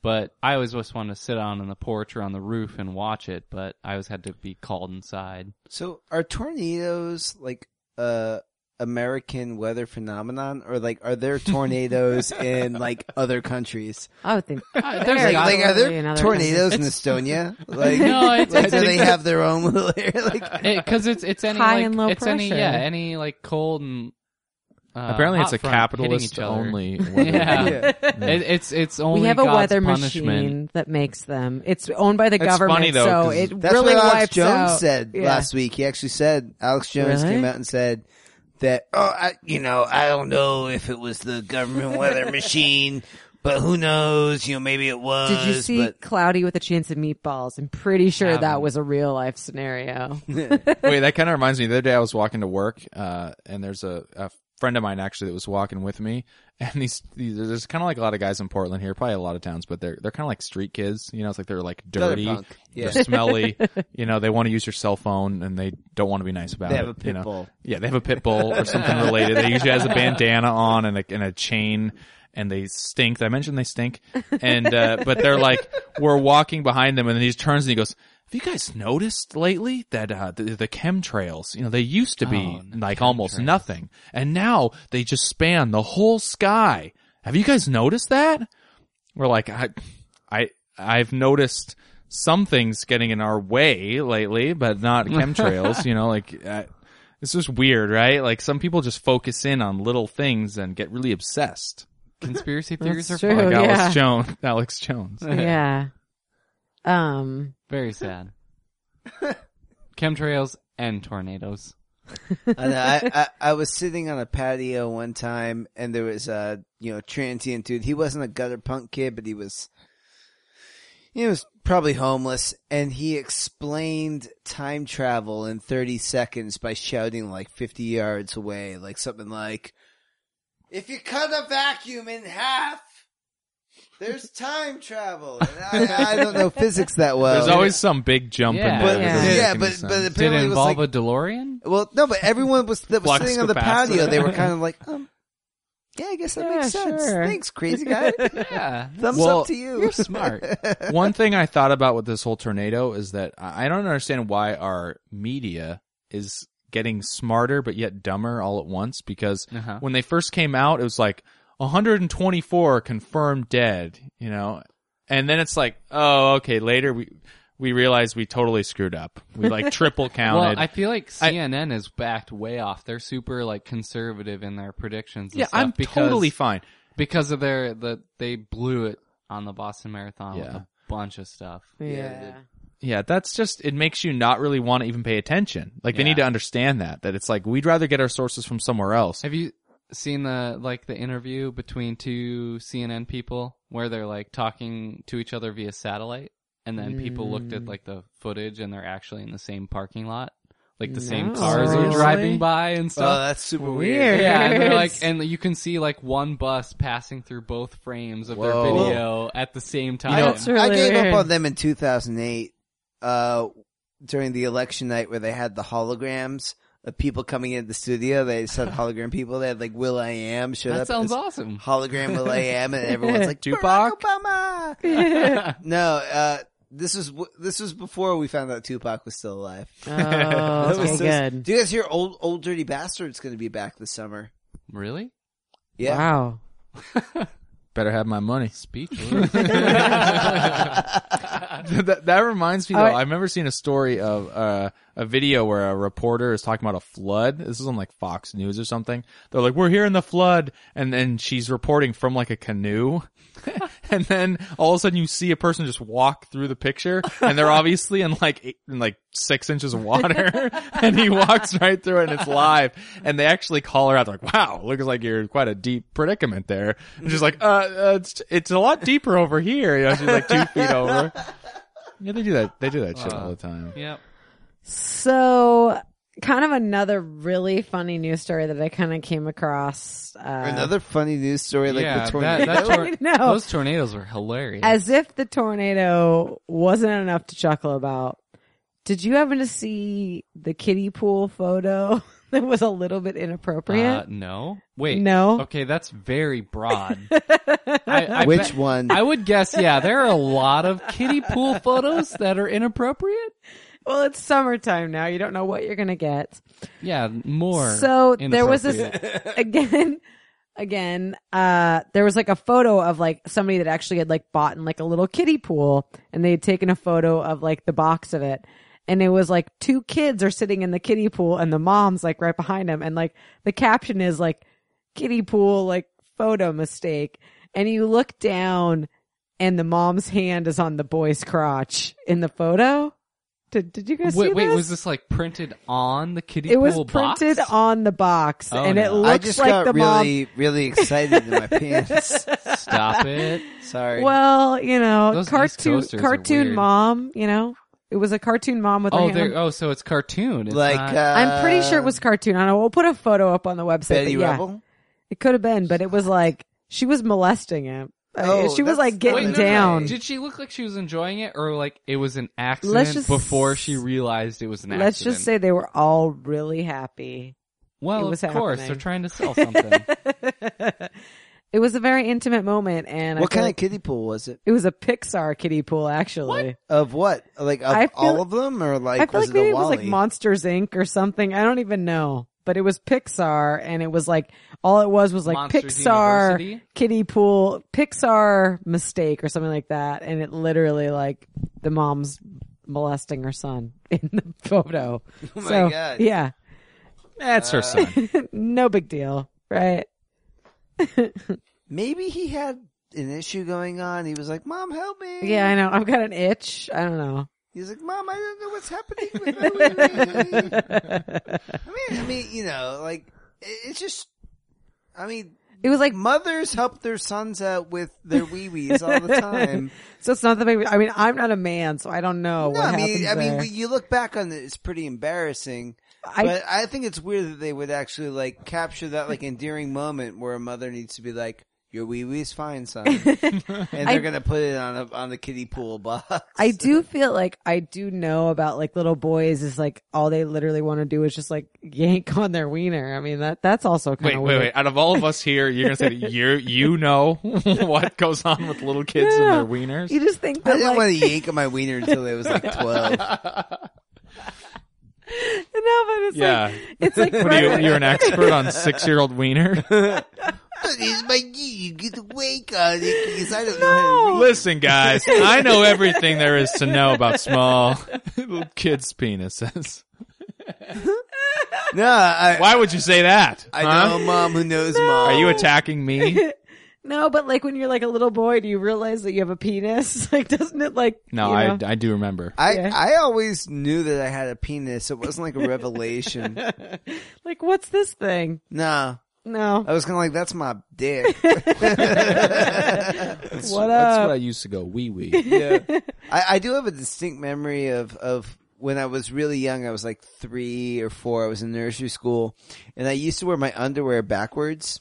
But I always just wanted to sit on in the porch or on the roof and watch it, but I always had to be called inside. So, are tornadoes like a American weather phenomenon, or like are *laughs* there tornadoes in like other countries? I would think there's Like, there's like, are totally there another *laughs* tornadoes in Estonia? *laughs* Like, No, it's- like, it's- do they have their own *laughs* little area? Like, Because it's it's any High like, and low it's any pressure. yeah any like cold and uh, Apparently, it's hot a front hitting capitalist each other. only. Yeah. weather. *laughs* It, it's it's only we have a God's weather punishment. machine that makes them. It's owned by the That's government, funny, though, so 'cause it That's really what Alex wipes Jones out. said Yeah. last week. He actually said Alex Jones Really? came out and said that oh, I, you know, I don't know if it was the government *laughs* weather machine, but who knows? You know, maybe it was. Did you see Cloudy with a Chance of Meatballs? I'm pretty sure that Haven't. was a real life scenario. Wait, that kind of reminds me. The other day I was walking to work, uh, and there's a, a friend of mine actually that was walking with me, *laughs* and these, these there's kind of like a lot of guys in Portland here, probably a lot of towns, but they're they're kind of like street kids. You know, it's like they're like Another dirty, punk. Yeah. they're *laughs* smelly. you know, they want to use your cell phone and they don't want to be nice about They it. have a you pit know? bull. Yeah, they have a pit bull or something related. They usually has a bandana on and a, and a chain and they stink. I mentioned they stink. And, uh, but they're like, we're walking behind them and then he just turns and he goes, have you guys noticed lately that, uh, the, the chemtrails, you know, they used to be Oh, no, like almost chemtrails. nothing and now they just span the whole sky. Have you guys noticed that? We're like, I, I, I've noticed some things getting in our way lately, but *laughs* not chemtrails. you know, like uh, it's just weird, right? Like some people just focus in on little things and get really obsessed. Conspiracy theories are true. fun. Like Oh, yeah. Alex Jones. *laughs* Alex Jones. *laughs* yeah. Um. *laughs* Very *laughs* sad. Chemtrails and tornadoes. I, know, I, I I was sitting on a patio one time, and there was a you know transient dude. He wasn't a gutter punk kid, but he was he was probably homeless, and he explained time travel in thirty seconds by shouting like fifty yards away, like something like, "If you cut a vacuum in half." There's time travel. And I, I don't know physics that well. There's always some big jump in Yeah. there. but that doesn't yeah, make any but, sense. but Did apparently it it was like involve a *laughs* DeLorean? well, no, but everyone was that was Flux sitting on the capacitor. patio. They were kind of like, um, yeah, I guess that Yeah, makes sense. sure. Thanks, crazy guy. Yeah. Thumbs Well, up to you. You're *laughs* smart. One thing I thought about with this whole tornado is that I I don't understand why our media is getting smarter but yet dumber all at once because Uh-huh. when they first came out it was like 124 confirmed dead, you know. And then it's like, oh, okay, later we we realized we totally screwed up. We like triple *laughs* Well, counted. I feel like I- CNN is backed way off. They're super like conservative in their predictions. And yeah, stuff I'm because, totally fine. because of their the they blew it on the Boston Marathon with Yeah. a bunch of stuff. Yeah. Yeah, that's just it makes you not really want to even pay attention. Like they Yeah. need to understand that that it's like we'd rather get our sources from somewhere else. Have you seen the like the interview between two CNN people where they're like talking to each other via satellite, and then people looked Hmm. at like the footage and they're actually in the same parking lot, like the same No. cars are Seriously? driving by and Oh, stuff. that's super weird. Weird. Yeah, and they're like, Yes. and you can see like one bus passing through both frames of their Whoa. video at the same time. You know- That's really I gave weird. up on them in 2008 uh, during the election night where they had the holograms of people coming into the studio. They just had hologram people. They had like Will I Am showed that up. sounds as *laughs* awesome. Hologram Will I Am, and everyone's like Tupac? Barack Obama. No, uh, this was w- this was before we found out Tupac was still alive. Oh, *laughs* That was okay, so- good. Do you guys hear old old dirty bastard's going to be back this summer? really? Yeah. Wow. Better have my money. Speechless. *laughs* that, that reminds me though. All right. I've never seen a story of uh, a video where a reporter is talking about a flood. This is on like Fox News or something. They're like, "We're here in the flood," and then she's reporting from like a canoe, *laughs* and then all of a sudden you see a person just walk through the picture, and they're obviously in like eight, in like six inches of water, *laughs* and he walks right through it, and it's live. And they actually call her out. They're like, "Wow, looks like you're in quite a deep predicament there." And she's like, "Uh, uh it's it's a lot deeper over here." You know, she's like two feet over. Yeah, they do that. They do that shit all the time. yep. So, kind of another really funny news story that I kind of came across. Uh, Another funny news story like yeah, the that, tornado. that tor- *laughs* I know. those tornadoes were hilarious. As if the tornado wasn't enough to chuckle about. Did you happen to see the kiddie pool photo *laughs* that was a little bit uh, inappropriate? no. Wait. No. Okay, that's *laughs* very broad. I, I *laughs* Which bet- one? I would guess, yeah, there are a lot of kiddie pool photos that are inappropriate. Well, it's summertime now. You don't know what you're going to get. Yeah, more. So there was this inappropriate. again, again. Uh, there was like a photo of like somebody that actually had like bought in like a little kiddie pool, and they had taken a photo of like the box of it, and it was like two kids are sitting in the kiddie pool, and the mom's like right behind them, and like the caption is like kiddie pool like photo mistake, and you look down, and the mom's hand is on the boy's crotch in the photo. Did, did you guys *laughs* see Wait, wait, this? was this like printed on the kiddie it was pool box? printed on the box, Oh, and it no. looks I just like got the mom really really *laughs* excited in my pants. *laughs* Stop it. Sorry. Well, you know, Those East cartoon Coasters are cartoon weird. mom, you know, It was a cartoon mom with her Oh, hand on- uh, there. Oh, so it's cartoon. It's like not- uh, I'm pretty sure it was cartoon. I don't know. We'll put a photo up on the website. Betty but yeah, Rebel. It could have been, but it was like she was molesting him. I mean, Oh, she was that's- like Wait, getting no, no, down. no. Did she look like she was enjoying it, or like it was an accident Let's just- before she realized it was an Let's accident? just say they were all really happy. *laughs* well, it was of course, they're happening. trying to *laughs* sell something. it was a very intimate moment, and I What feel kind like of kiddie pool was it? it was a Pixar kiddie pool, actually. Of what? Like of I feel- all of them, or like I feel was like it maybe a it was Wally? like Monsters Inc. or something. I don't even know. But it was Pixar, and it was like all it was was like Monsters Pixar University? kiddie pool, Pixar mistake or something like that. And it literally like the mom's molesting her son *laughs* in the photo. *laughs* Oh my so God. yeah, That's her son. *laughs* no big deal, right? Maybe he had an issue going on. He was like, "Mom, help me!" Yeah, I know. I've got an itch. I don't know. He's like, "Mom, I don't know what's happening." *laughs* With me." I mean, I mean, you know, like it- it's just. I mean, It was like like mothers help their sons out with their wee wees all the time. so. It's not the baby. I mean, I'm not a man, so I don't know No, *laughs* what I mean, happens I mean, there. when you look back on it, it's pretty embarrassing. I- but I think it's weird that they would actually like capture that like endearing moment where a mother needs to be like, "Your wee wee's fine, *laughs* son," and they're gonna put it on a, on the kiddie pool box. I do feel like I do know about like little boys is like all they literally want to do is just like *laughs* yank on their wiener. I mean that that's also kind Wait, of wait, wait. Out of all of us here, you're gonna say that you you know *laughs* what goes on with little kids and their wieners. You just think I that didn't like want to yank on my wiener until I was like twelve. *laughs* no, but it's Yeah. like it's like What are right- you, *laughs* you're an expert on six year old wiener. It's my knee. You get to wake on it because I don't know. How to read. Listen, guys, I know everything there is to know about *laughs* small kids' penises. No, I, Why would you say that? I huh? know a mom who knows mom. Are you attacking me? no, but like when you're like a little boy, do you realize that you have a penis? *laughs* Like doesn't it like No, you I, know? I do remember. I, Yeah. I always knew that I had a penis. It wasn't like *laughs* a revelation. like what's this thing? nah, No, I was kind of like, that's my dick. what That's up? what I used to go wee wee. *laughs* yeah. I, I do have a distinct memory of, of when I was really young. I was like three or four. I was in nursery school and I used to wear my underwear backwards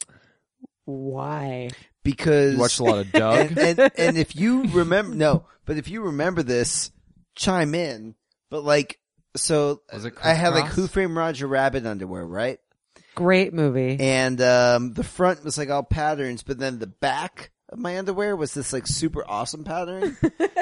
Why? because. You watched a lot of Doug. and, and, and if you remember, no, but if you remember this, chime in. But like, so Was it I had like crisscross? Who Framed Roger Rabbit underwear, right? Great movie. and um, the front was like all patterns, but then the back of my underwear was this like super awesome pattern *laughs*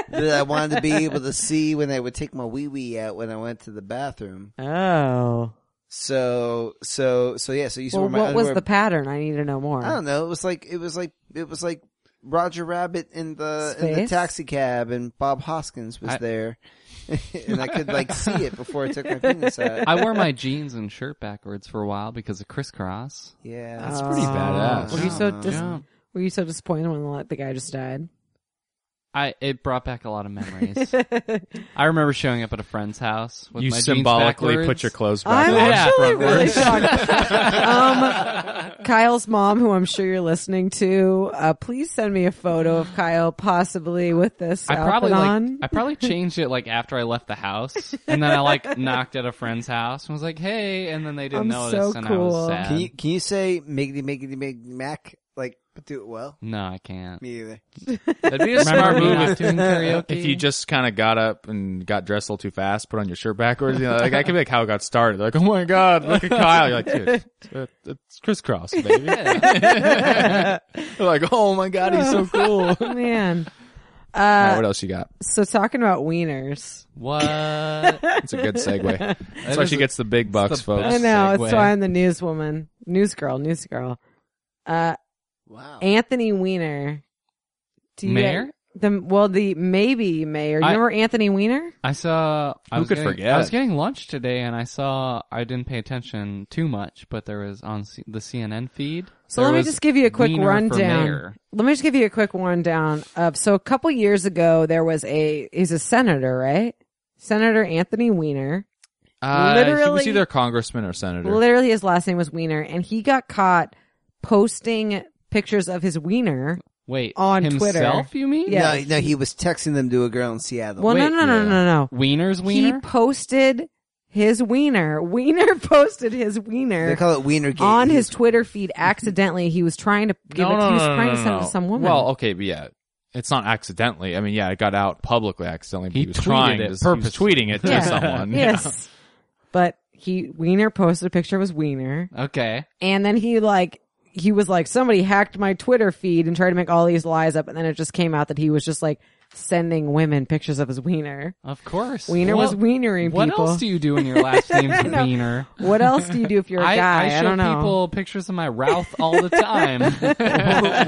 that I wanted to be able to see when I would take my wee wee out when I went to the bathroom. oh, So so so yeah. So you used to well, wear my what was underwear- the pattern? I need to know more. I don't know. It was like it was like it was like Roger Rabbit in the in the Space? taxi cab, and Bob Hoskins was I- there, *laughs* and I could like see it before I took my penis out. I wore my jeans and shirt backwards for a while because of crisscross. yeah, Uh-huh. That's pretty badass. Were you Oh, so Yeah. dis- Yeah. were you so disappointed when like, the guy just died? *laughs* I it brought back a lot of memories. I remember showing up at a friend's house with You my symbolically jeans put backwards. your clothes back I'm on. actually really Frontwards. shocked. um, *laughs* Kyle's mom, who I'm sure you're listening to, uh, please send me a photo of Kyle, possibly with this I outfit probably like, on. I probably changed it like after I left the house, *laughs* and then I like knocked at a friend's house and was like, "Hey," and then they didn't I'm notice, so and I cool. was sad. Can you can you say miggity miggity mig mac like but do it well? No, I can't. Me either. That'd be a Remember smart me move not if- doing karaoke? *laughs* if you just kind of got up and got dressed a little too fast, put on your shirt backwards. You know, like I could be like how it got started. Like, oh my god, look at Kyle. You're like, dude, it's, it's crisscross, baby. They're like, oh my god, he's so cool. All *laughs* Man. right, what else you got? So talking about wieners. what? *laughs* It's a good segue. That's why is she a- gets the big bucks, the I folks. best. know, segue. it's why I'm the newswoman. Newsgirl, newsgirl. Uh, Wow. Anthony Weiner. Do Mayor? The, well, the maybe mayor. You I- remember Anthony Weiner? I saw. I Who was could getting- forget? I was getting lunch today, and I saw. I didn't pay attention too much, but there was on C- the CNN feed. So there let me was just give you a quick Wiener for rundown. mayor. Let me just give you a quick rundown of so a couple years ago there was a he's a senator, right? Senator Anthony Weiner. Uh, he was Literally- either a congressman or senator. Literally his last name was Weiner and he got caught posting pictures of his wiener Wait, On Twitter. himself? You mean? Yeah. No, no, he was texting them to a girl in Seattle. Well, no, Wait, no, no, Uh, yeah. no, no. Wiener's wiener. He posted his wiener. Wiener *laughs* posted his They wiener call it Wiener Gate. on his Twitter feed accidentally. He was trying to give it. he was trying to send it no. to some woman. Well, okay, but yeah, it's not accidentally. I mean, yeah, it got out publicly accidentally. But He he was tweeted trying it to, He purposely. was tweeting it to Yeah. someone. *laughs* yes, but he Wiener posted a picture of his wiener, okay. and then he like he was like somebody hacked my Twitter feed and tried to make all these lies up, and then it just came out that he was just like sending women pictures of his wiener. Of course. Wiener was What- wienering What people. else do you do in *laughs* your last name's I know. Wiener? what else do you do if you're a *laughs* I, guy? I show don't know. people pictures of my Ralph all the time. *laughs*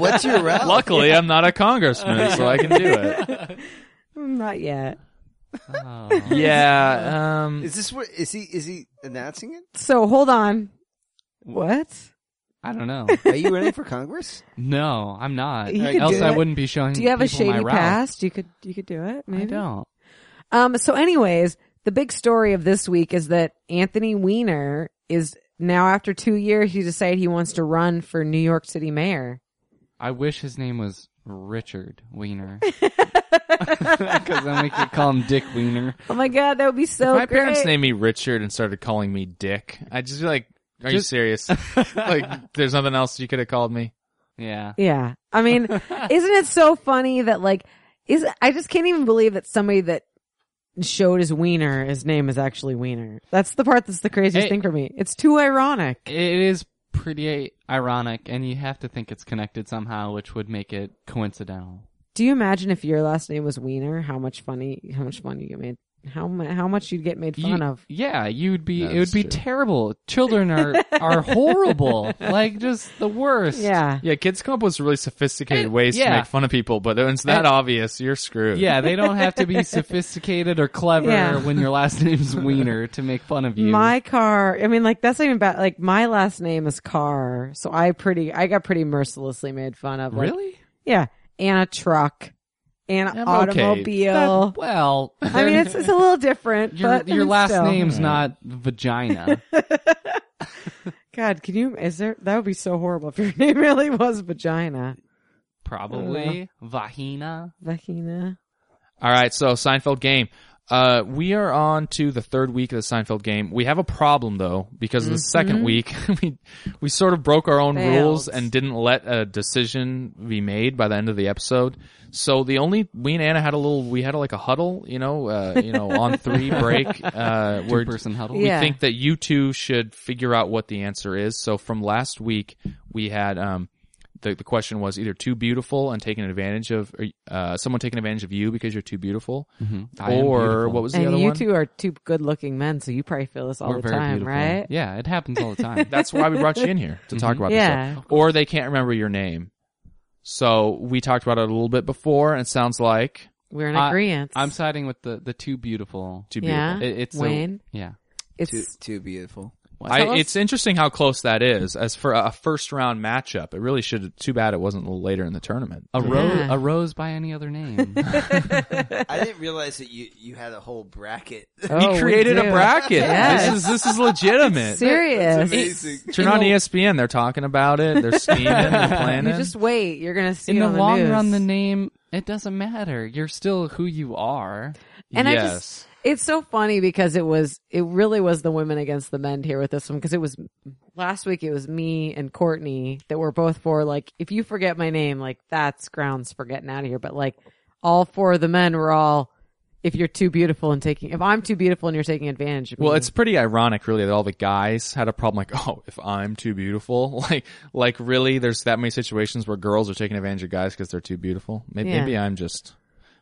*laughs* What's your *laughs* route? Luckily, I'm not a congressman, so I can do *laughs* it. Mm, Not yet. Oh. Yeah. Um, Is this what is he is he *laughs* announcing it? So hold on. What? I don't know. Are you running for Congress? No, I'm not. You could Else do I it. wouldn't be showing. Do you have a people my shady Ralph. past? You could you could do it. Maybe. I don't. Um. So, anyways, the big story of this week is that Anthony Weiner is now after two years he decided he wants to run for New York City mayor. I wish his name was Richard *laughs* *laughs* Wiener, because then we could call him Dick Wiener. Oh my god, that would be so. my great. parents named me Richard and started calling me Dick. I just be like, are you Just- *laughs* serious? like, there's nothing else you could have called me. Yeah. Yeah. I *laughs* mean, isn't it so funny that like is I just can't even believe that somebody that showed his wiener, his name is actually Wiener. That's the part that's the craziest Hey. thing for me. It's too ironic. It is pretty ironic, and you have to think it's connected somehow, which would make it coincidental. Do you imagine if your last name was Wiener, how much funny, how much fun you get made, how mu- how much you'd get made fun You- *laughs* of? Yeah, you'd be. That's it would be true. terrible. Children are *laughs* are horrible. Like just the worst. Yeah, Yeah, kids come up with really sophisticated And- ways yeah. to make fun of people, but when it's that And- obvious, you're screwed. Yeah, they don't have to be sophisticated or clever Yeah. when your last name's Wiener to make fun of you. my car. I mean, like that's not even bad. Like my last name is Carr, so I pretty, I got pretty mercilessly made fun of. Like, really? Yeah, and a truck, and an Yeah, but okay. automobile. That- well, I mean, it's it's a little different. your but I your mean, last still. name's not *laughs* vagina. God, can you? Is there? That would be so horrible if your *laughs* name really was vagina, Probably vagina. vagina. All right, so Seinfeld game. Uh, we are on to the third week of the Seinfeld game. We have a problem though because of the second week *laughs* we we sort of broke our own Failed. rules and didn't let a decision be made by the end of the episode. So the only we and Anna had a little we had like a huddle, you know, uh, you know, on three break uh, Two where person huddle. we Yeah. think that you two should figure out what the answer is. So from last week, we had um, the the question was either too beautiful and taking advantage of uh, someone taking advantage of you because you're too beautiful, I am Mm-hmm. or beautiful. what was the And other you one? two are two good-looking men, so you probably feel this all We're the very time, beautiful. right? Yeah, it happens all *laughs* the time. *laughs* That's why we brought you in here to talk about Yeah. this. Stuff. Or they can't remember your name. So we talked about it a little bit before, and it sounds like We're in I- agreement. I'm siding with the the two beautiful. too beautiful. Yeah, It- it's a- Wayne. yeah. it's Too, too beautiful. I, it's interesting how close that is as for a first round matchup. It really should. Too bad it wasn't a little later in the tournament. A rose, Yeah. a rose by any other *laughs* name. I didn't realize that you you had a whole bracket. *laughs* Oh, we he created a do. bracket. Yes. This is this is legitimate. serious. amazing. Turn on E ESPN. They're talking about it. *laughs* They're scheming. They're You planning. just wait. You're gonna see In it the on long news. run, the name it doesn't matter. You're still who you are. and I yes. just it's so funny because it was it really was the women against the men here with this one because it was last week it was me and Courtney that were both for like if you forget my name like that's grounds for getting out of here but like all four of the men were all if you're too beautiful and taking if I'm too beautiful and you're taking advantage of me well, it's pretty ironic, really, that all the guys had a problem. Like, oh, if I'm too beautiful, *laughs* like, like really, there's that many situations where girls are taking advantage of guys because they're too beautiful. Maybe, Yeah. maybe I'm just,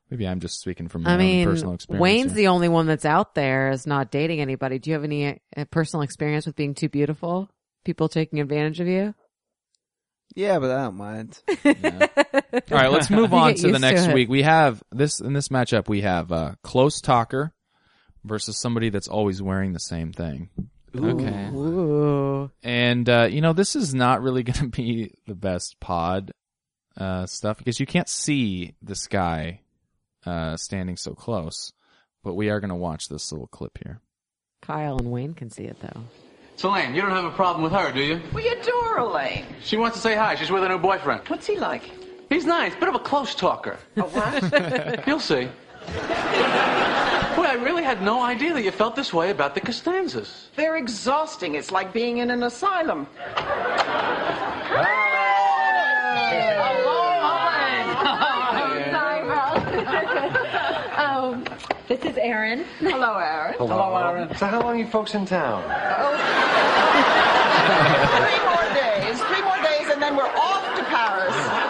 maybe I'm just speaking from my I own mean personal experience. Wayne's here. the only one that's out there is not dating anybody do you have any uh, personal experience with being too beautiful people taking advantage of you Yeah, but I don't mind. All right, *laughs* let's move You on get to the used to next it. week. We have this in this matchup. We have uh, close talker versus somebody that's always wearing the same thing. Okay. ooh And uh, you know, this is not really *laughs* going to be the best pod uh, stuff because you can't see this guy uh, standing so close. But we are going to watch this little clip here. Kyle and Wayne can see it though Selene, you don't have a problem with her, do you? We adore Elaine. She wants to say hi. She's with her new boyfriend. eh? What's he like? He's nice, bit of a close talker. A what? *laughs* You'll see. Boy, I really had no idea that you felt this way about the Costanzas. They're exhausting. It's like being in an asylum. Hi, Ralph. um, this is Erin. Hello, Aaron. Hello, Aaron. So how long are you folks in town? Three more days. Three more days, and then we're off to Paris.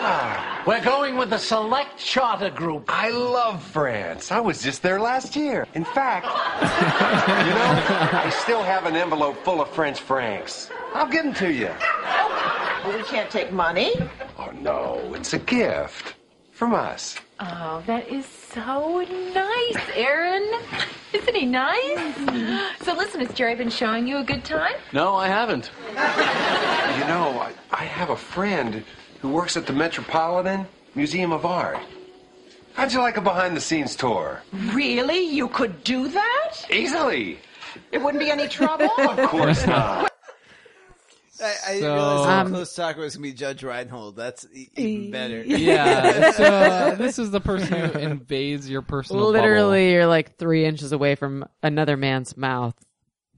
We're going with the select charter group. I love France. I was just there last year. In fact, you know, I still have an envelope full of French francs. I'll give them to you. Well, we can't take money. Oh, no, it's a gift from us. Oh, that is so nice, Erin. Isn't he nice? So listen, has Jerry been showing you a good time? No, I haven't. You know, I, I have a friend who works at the Metropolitan Museum of Art. How'd you like a behind the scenes tour? Really? You could do that? Easily. It wouldn't be any trouble. Of course not. I, I didn't So- realize how Um, close talker was gonna be Judge Reinhold. That's e- even better. Yeah. So *laughs* this is the person who invades your personal Literally, you're like three inches away from another man's mouth.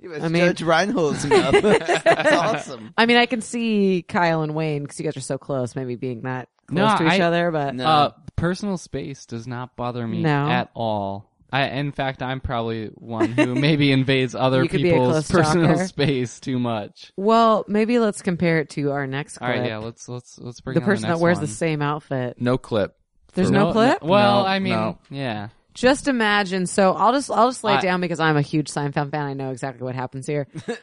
It was I mean- Judge Reinhold's enough. That's awesome. I mean, I can see Kyle and Wayne because you guys are so close. Maybe being that close No, to each I- other, but No. bubble. Uh, personal space does not bother me No. at all. I, in fact, I'm probably *laughs* one who maybe invades other You could be a people's close personal talker. *laughs* space too much. well, maybe let's compare it to our next All clip. right, yeah, let's let's let's bring the on person that next wears the one. same outfit. No clip. There's no, clip. well, No, I mean, no. yeah. Just imagine. So I'll just I'll just lay I- down because I'm a huge Seinfeld fan. I know exactly what happens here. *laughs*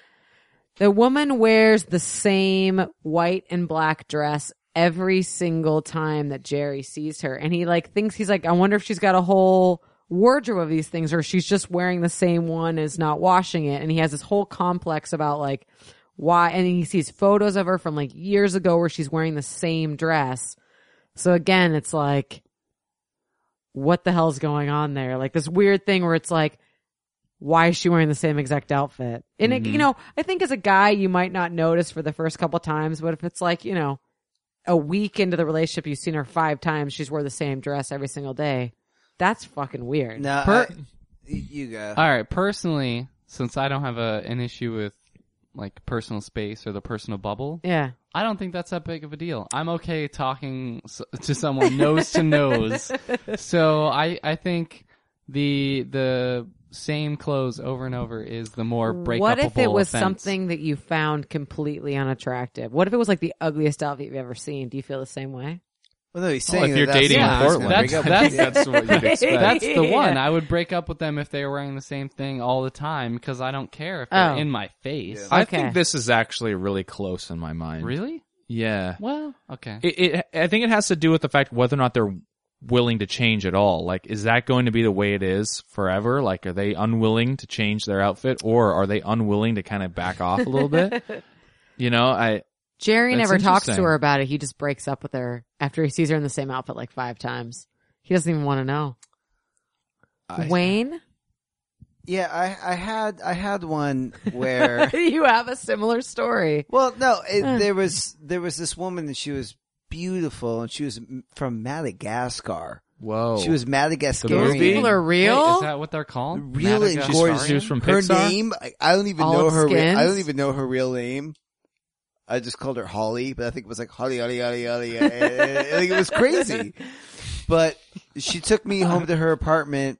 the woman wears the same white and black dress every single time that Jerry sees her, and he like thinks he's like, I wonder if she's got a whole wardrobe of these things, or she's just wearing the same one and is not washing it. And he has this whole complex about like why, and he sees photos of her from like years ago where she's wearing the same dress. So again, it's like what the hell's going on there? Like this weird thing where it's like, why is she wearing the same exact outfit? And it, you know, I think as a guy, you might not notice for the first couple times, but if it's like, you know, a week into the relationship, you've seen her five times, she's wore the same dress every single day. That's fucking weird. No, Per- Uh, I- y- you go. All right, personally, since I don't have a an issue with like personal space or the personal bubble, Yeah. I don't think that's that big of a deal. I'm okay talking s- to someone nose *laughs* to nose. So I I think the the same clothes over and over is the more breakable. What if it was something that you found completely unattractive? What if it was like the ugliest outfit you've ever seen? Do you feel the same way? Well, no, he's Well, saying oh, if you're that that's dating what in I was gonna Portland, that's- bring up. I think *laughs* that's what you'd expect. That's *laughs* the Yeah. one. I would break up with them if they were wearing the same thing all the time because I don't care if they're Oh. in my face. I Okay. think this is actually really close in my mind. Really? Yeah. Well, okay. It, it, I think it has to do with the fact whether or not they're willing to change at all. Like, is that going to be the way it is forever? Like, are they unwilling to change their outfit or are they unwilling to kind of back off a little bit? You know, I, Jerry That's never talks to interesting. her about it. He just breaks up with her after he sees her in the same outfit like five times. He doesn't even want to know. I- Wayne, *laughs* Yeah, I, I had I had one *laughs* where you have a similar story. Well, no, it, there was there was this woman and she was beautiful and she was m- from Madagascar. whoa. She was The Those movie? Madagascarian. people are Wait, real. is that what they're called? Really Madagascarian? gorgeous. She was from her Pixar? name, I, I don't even know Olive her. Real, I skins? don't even know her real name. I just called her Holly, but I think it was like Holly, Holly, Holly, Holly. eh, eh, eh. like it was crazy. But she took me home to her apartment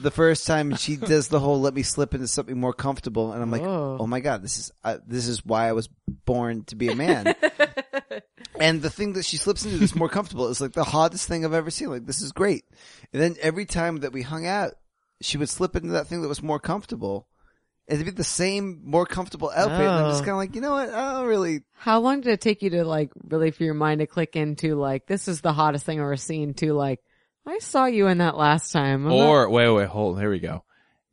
the first time. and She does the whole "let me slip into something more comfortable," and I'm like, Whoa. "Oh my god, this is uh, this is why I was born to be a man." And the thing that she slips into that's more comfortable is like the hottest thing I've ever seen. Like this is great. And then every time that we hung out, she would slip into that thing that was more comfortable. And it'd be the same more comfortable outfit. And I'm just Oh. kind of like, you know what? I don't really. How long did it take you to like really for your mind to click into like this is the hottest thing I've ever seen to like I saw you in that last time. I'm *laughs* not- Or wait, wait, hold. Here we go.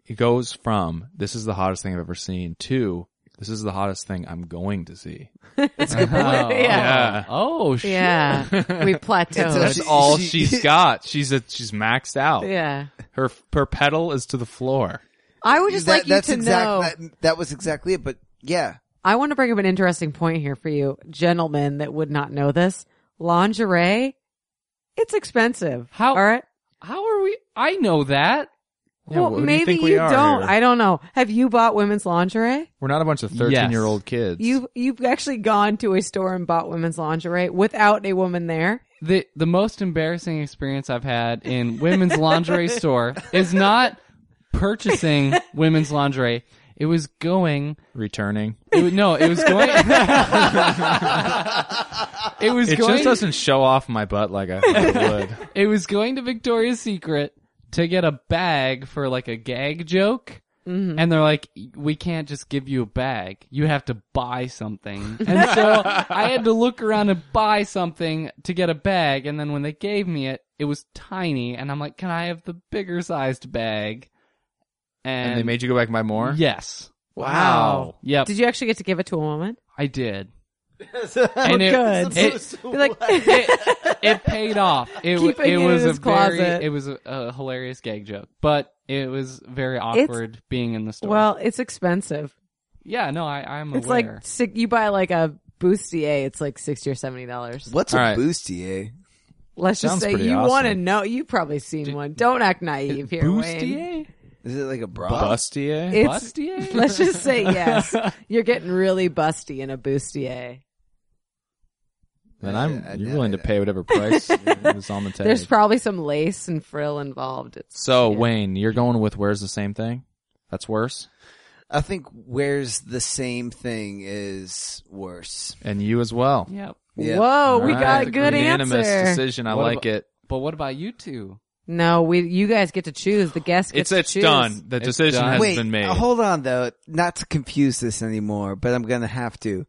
It goes from this is the hottest thing I've ever seen to this is the hottest thing I'm going to see. Oh, *laughs* Yeah. Oh, shit. yeah, we plateaued. That's She- all *laughs* she- she's got. She's a, she's maxed out. Yeah, Her her pedal is to the floor. I would just that, like you that's to exact- know. That, that was exactly it. But yeah, I want to bring up an interesting point here for you, gentlemen that would not know this. lingerie, it's expensive. How- All right. How are we? I know that. Yeah, well, who do you maybe think we are don't. here? I don't know. Have you bought women's lingerie? We're not a bunch of thirteen-year-old kids. You've you've actually gone to a store and bought women's lingerie without a woman there. the the most embarrassing experience I've had in women's lingerie store is not purchasing women's lingerie. It was going. returning. It, wa- no, it was going. *laughs* it was It going. just doesn't show off my butt like I thought it would. It was going to Victoria's Secret to get a bag for like a gag joke. And they're like, we can't just give you a bag. You have to buy something. And so I had to look around and buy something to get a bag. And then when they gave me it, it was tiny. And I'm like, can I have the bigger sized bag? *laughs* And, And they made you go back and buy more. Yes. Wow. Yep. Did you actually get to give it to a woman? I did. Oh, and it, *laughs* good. it- Be like, *laughs* it, *laughs* it paid off. It, w- Keeping it it was in a his closet. very it was a, a hilarious gag joke, but it was very awkward being in the store. well, it's expensive. yeah, no, I, I'm It's aware. like si- you buy like a bustier, it's like sixty or seventy dollars. What's All a right. bustier? Let's just Sounds say pretty you awesome. want to know. You've probably seen one. Don't act naive here, Wayne. bustier, Is it like a bra? Bustier. It's bustier. *laughs* let's just *laughs* say yes. You're getting really busty in a bustier. then I'm Yeah, you're yeah, willing to yeah. pay whatever *laughs* price is on the table. There's probably some lace and frill involved. It's so Wayne, you're going with where's the same thing? That's worse. I think where's the same thing is worse. And you as well. Yep. Yeah. Whoa, Oh, we All got right. a good Unanimous answer. decision. I What like about- it. But what about you two? No, we you guys get to choose. The guest gets It's to it's choose. done. The It's decision done. has Wait, been made. uh, hold on though, not to confuse this anymore, but I'm gonna have to.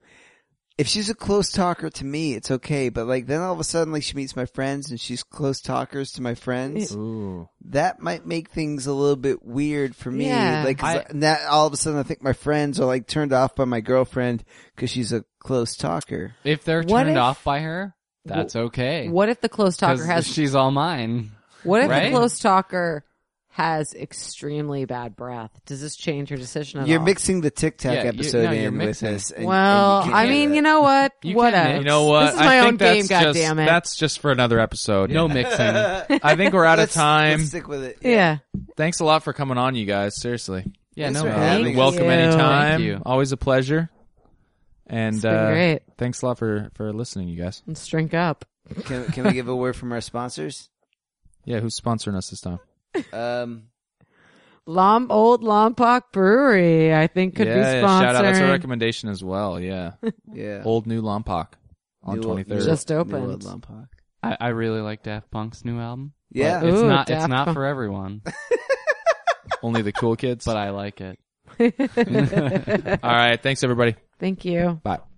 If she's a close talker to me, it's okay, but like then all of a sudden like she meets my friends and she's close talkers to my friends, Ooh. that might make things a little bit weird for me. Yeah. Like 'cause I- that all of a sudden I think my friends are like turned off by my girlfriend because she's a close talker. If they're What turned if- off by her, that's okay. What if the close talker 'Cause has? she's all mine. what if right? the close talker has extremely bad breath? Does this change your decision at You're all? mixing the Tic Tac Yeah, you- episode no, you're in with mixing. this. and- Well, and you I can't do mean, that. you know what? You what can't else? You know what? This is my I think own game. that's just, goddammit. That's just for another episode. No *laughs* mixing. I think we're out of Let's- time. Let's stick with it. yeah. Thanks a lot for coming on, you guys. Seriously. Yeah, Thanks no. for Uh, having you're us. welcome Thank you. anytime. Thank you. Always a pleasure. And been uh, great. thanks a lot for for listening, you guys. Let's drink up. Can, can we give a word from our sponsors? Yeah, who's sponsoring us this time? Um, Lom Old Lompoc Brewery, I think, could yeah, be yeah, sponsored. shout out. That's a recommendation as well. Yeah, yeah. old new Lompoc on New- twenty third. Just- New opened. World Lompoc. I, I really like Daft Punk's new album. Yeah. It's Ooh, not it's Daft not Punk. for everyone, Only the cool kids. but I like it. All right, thanks everybody. Thank you. Bye.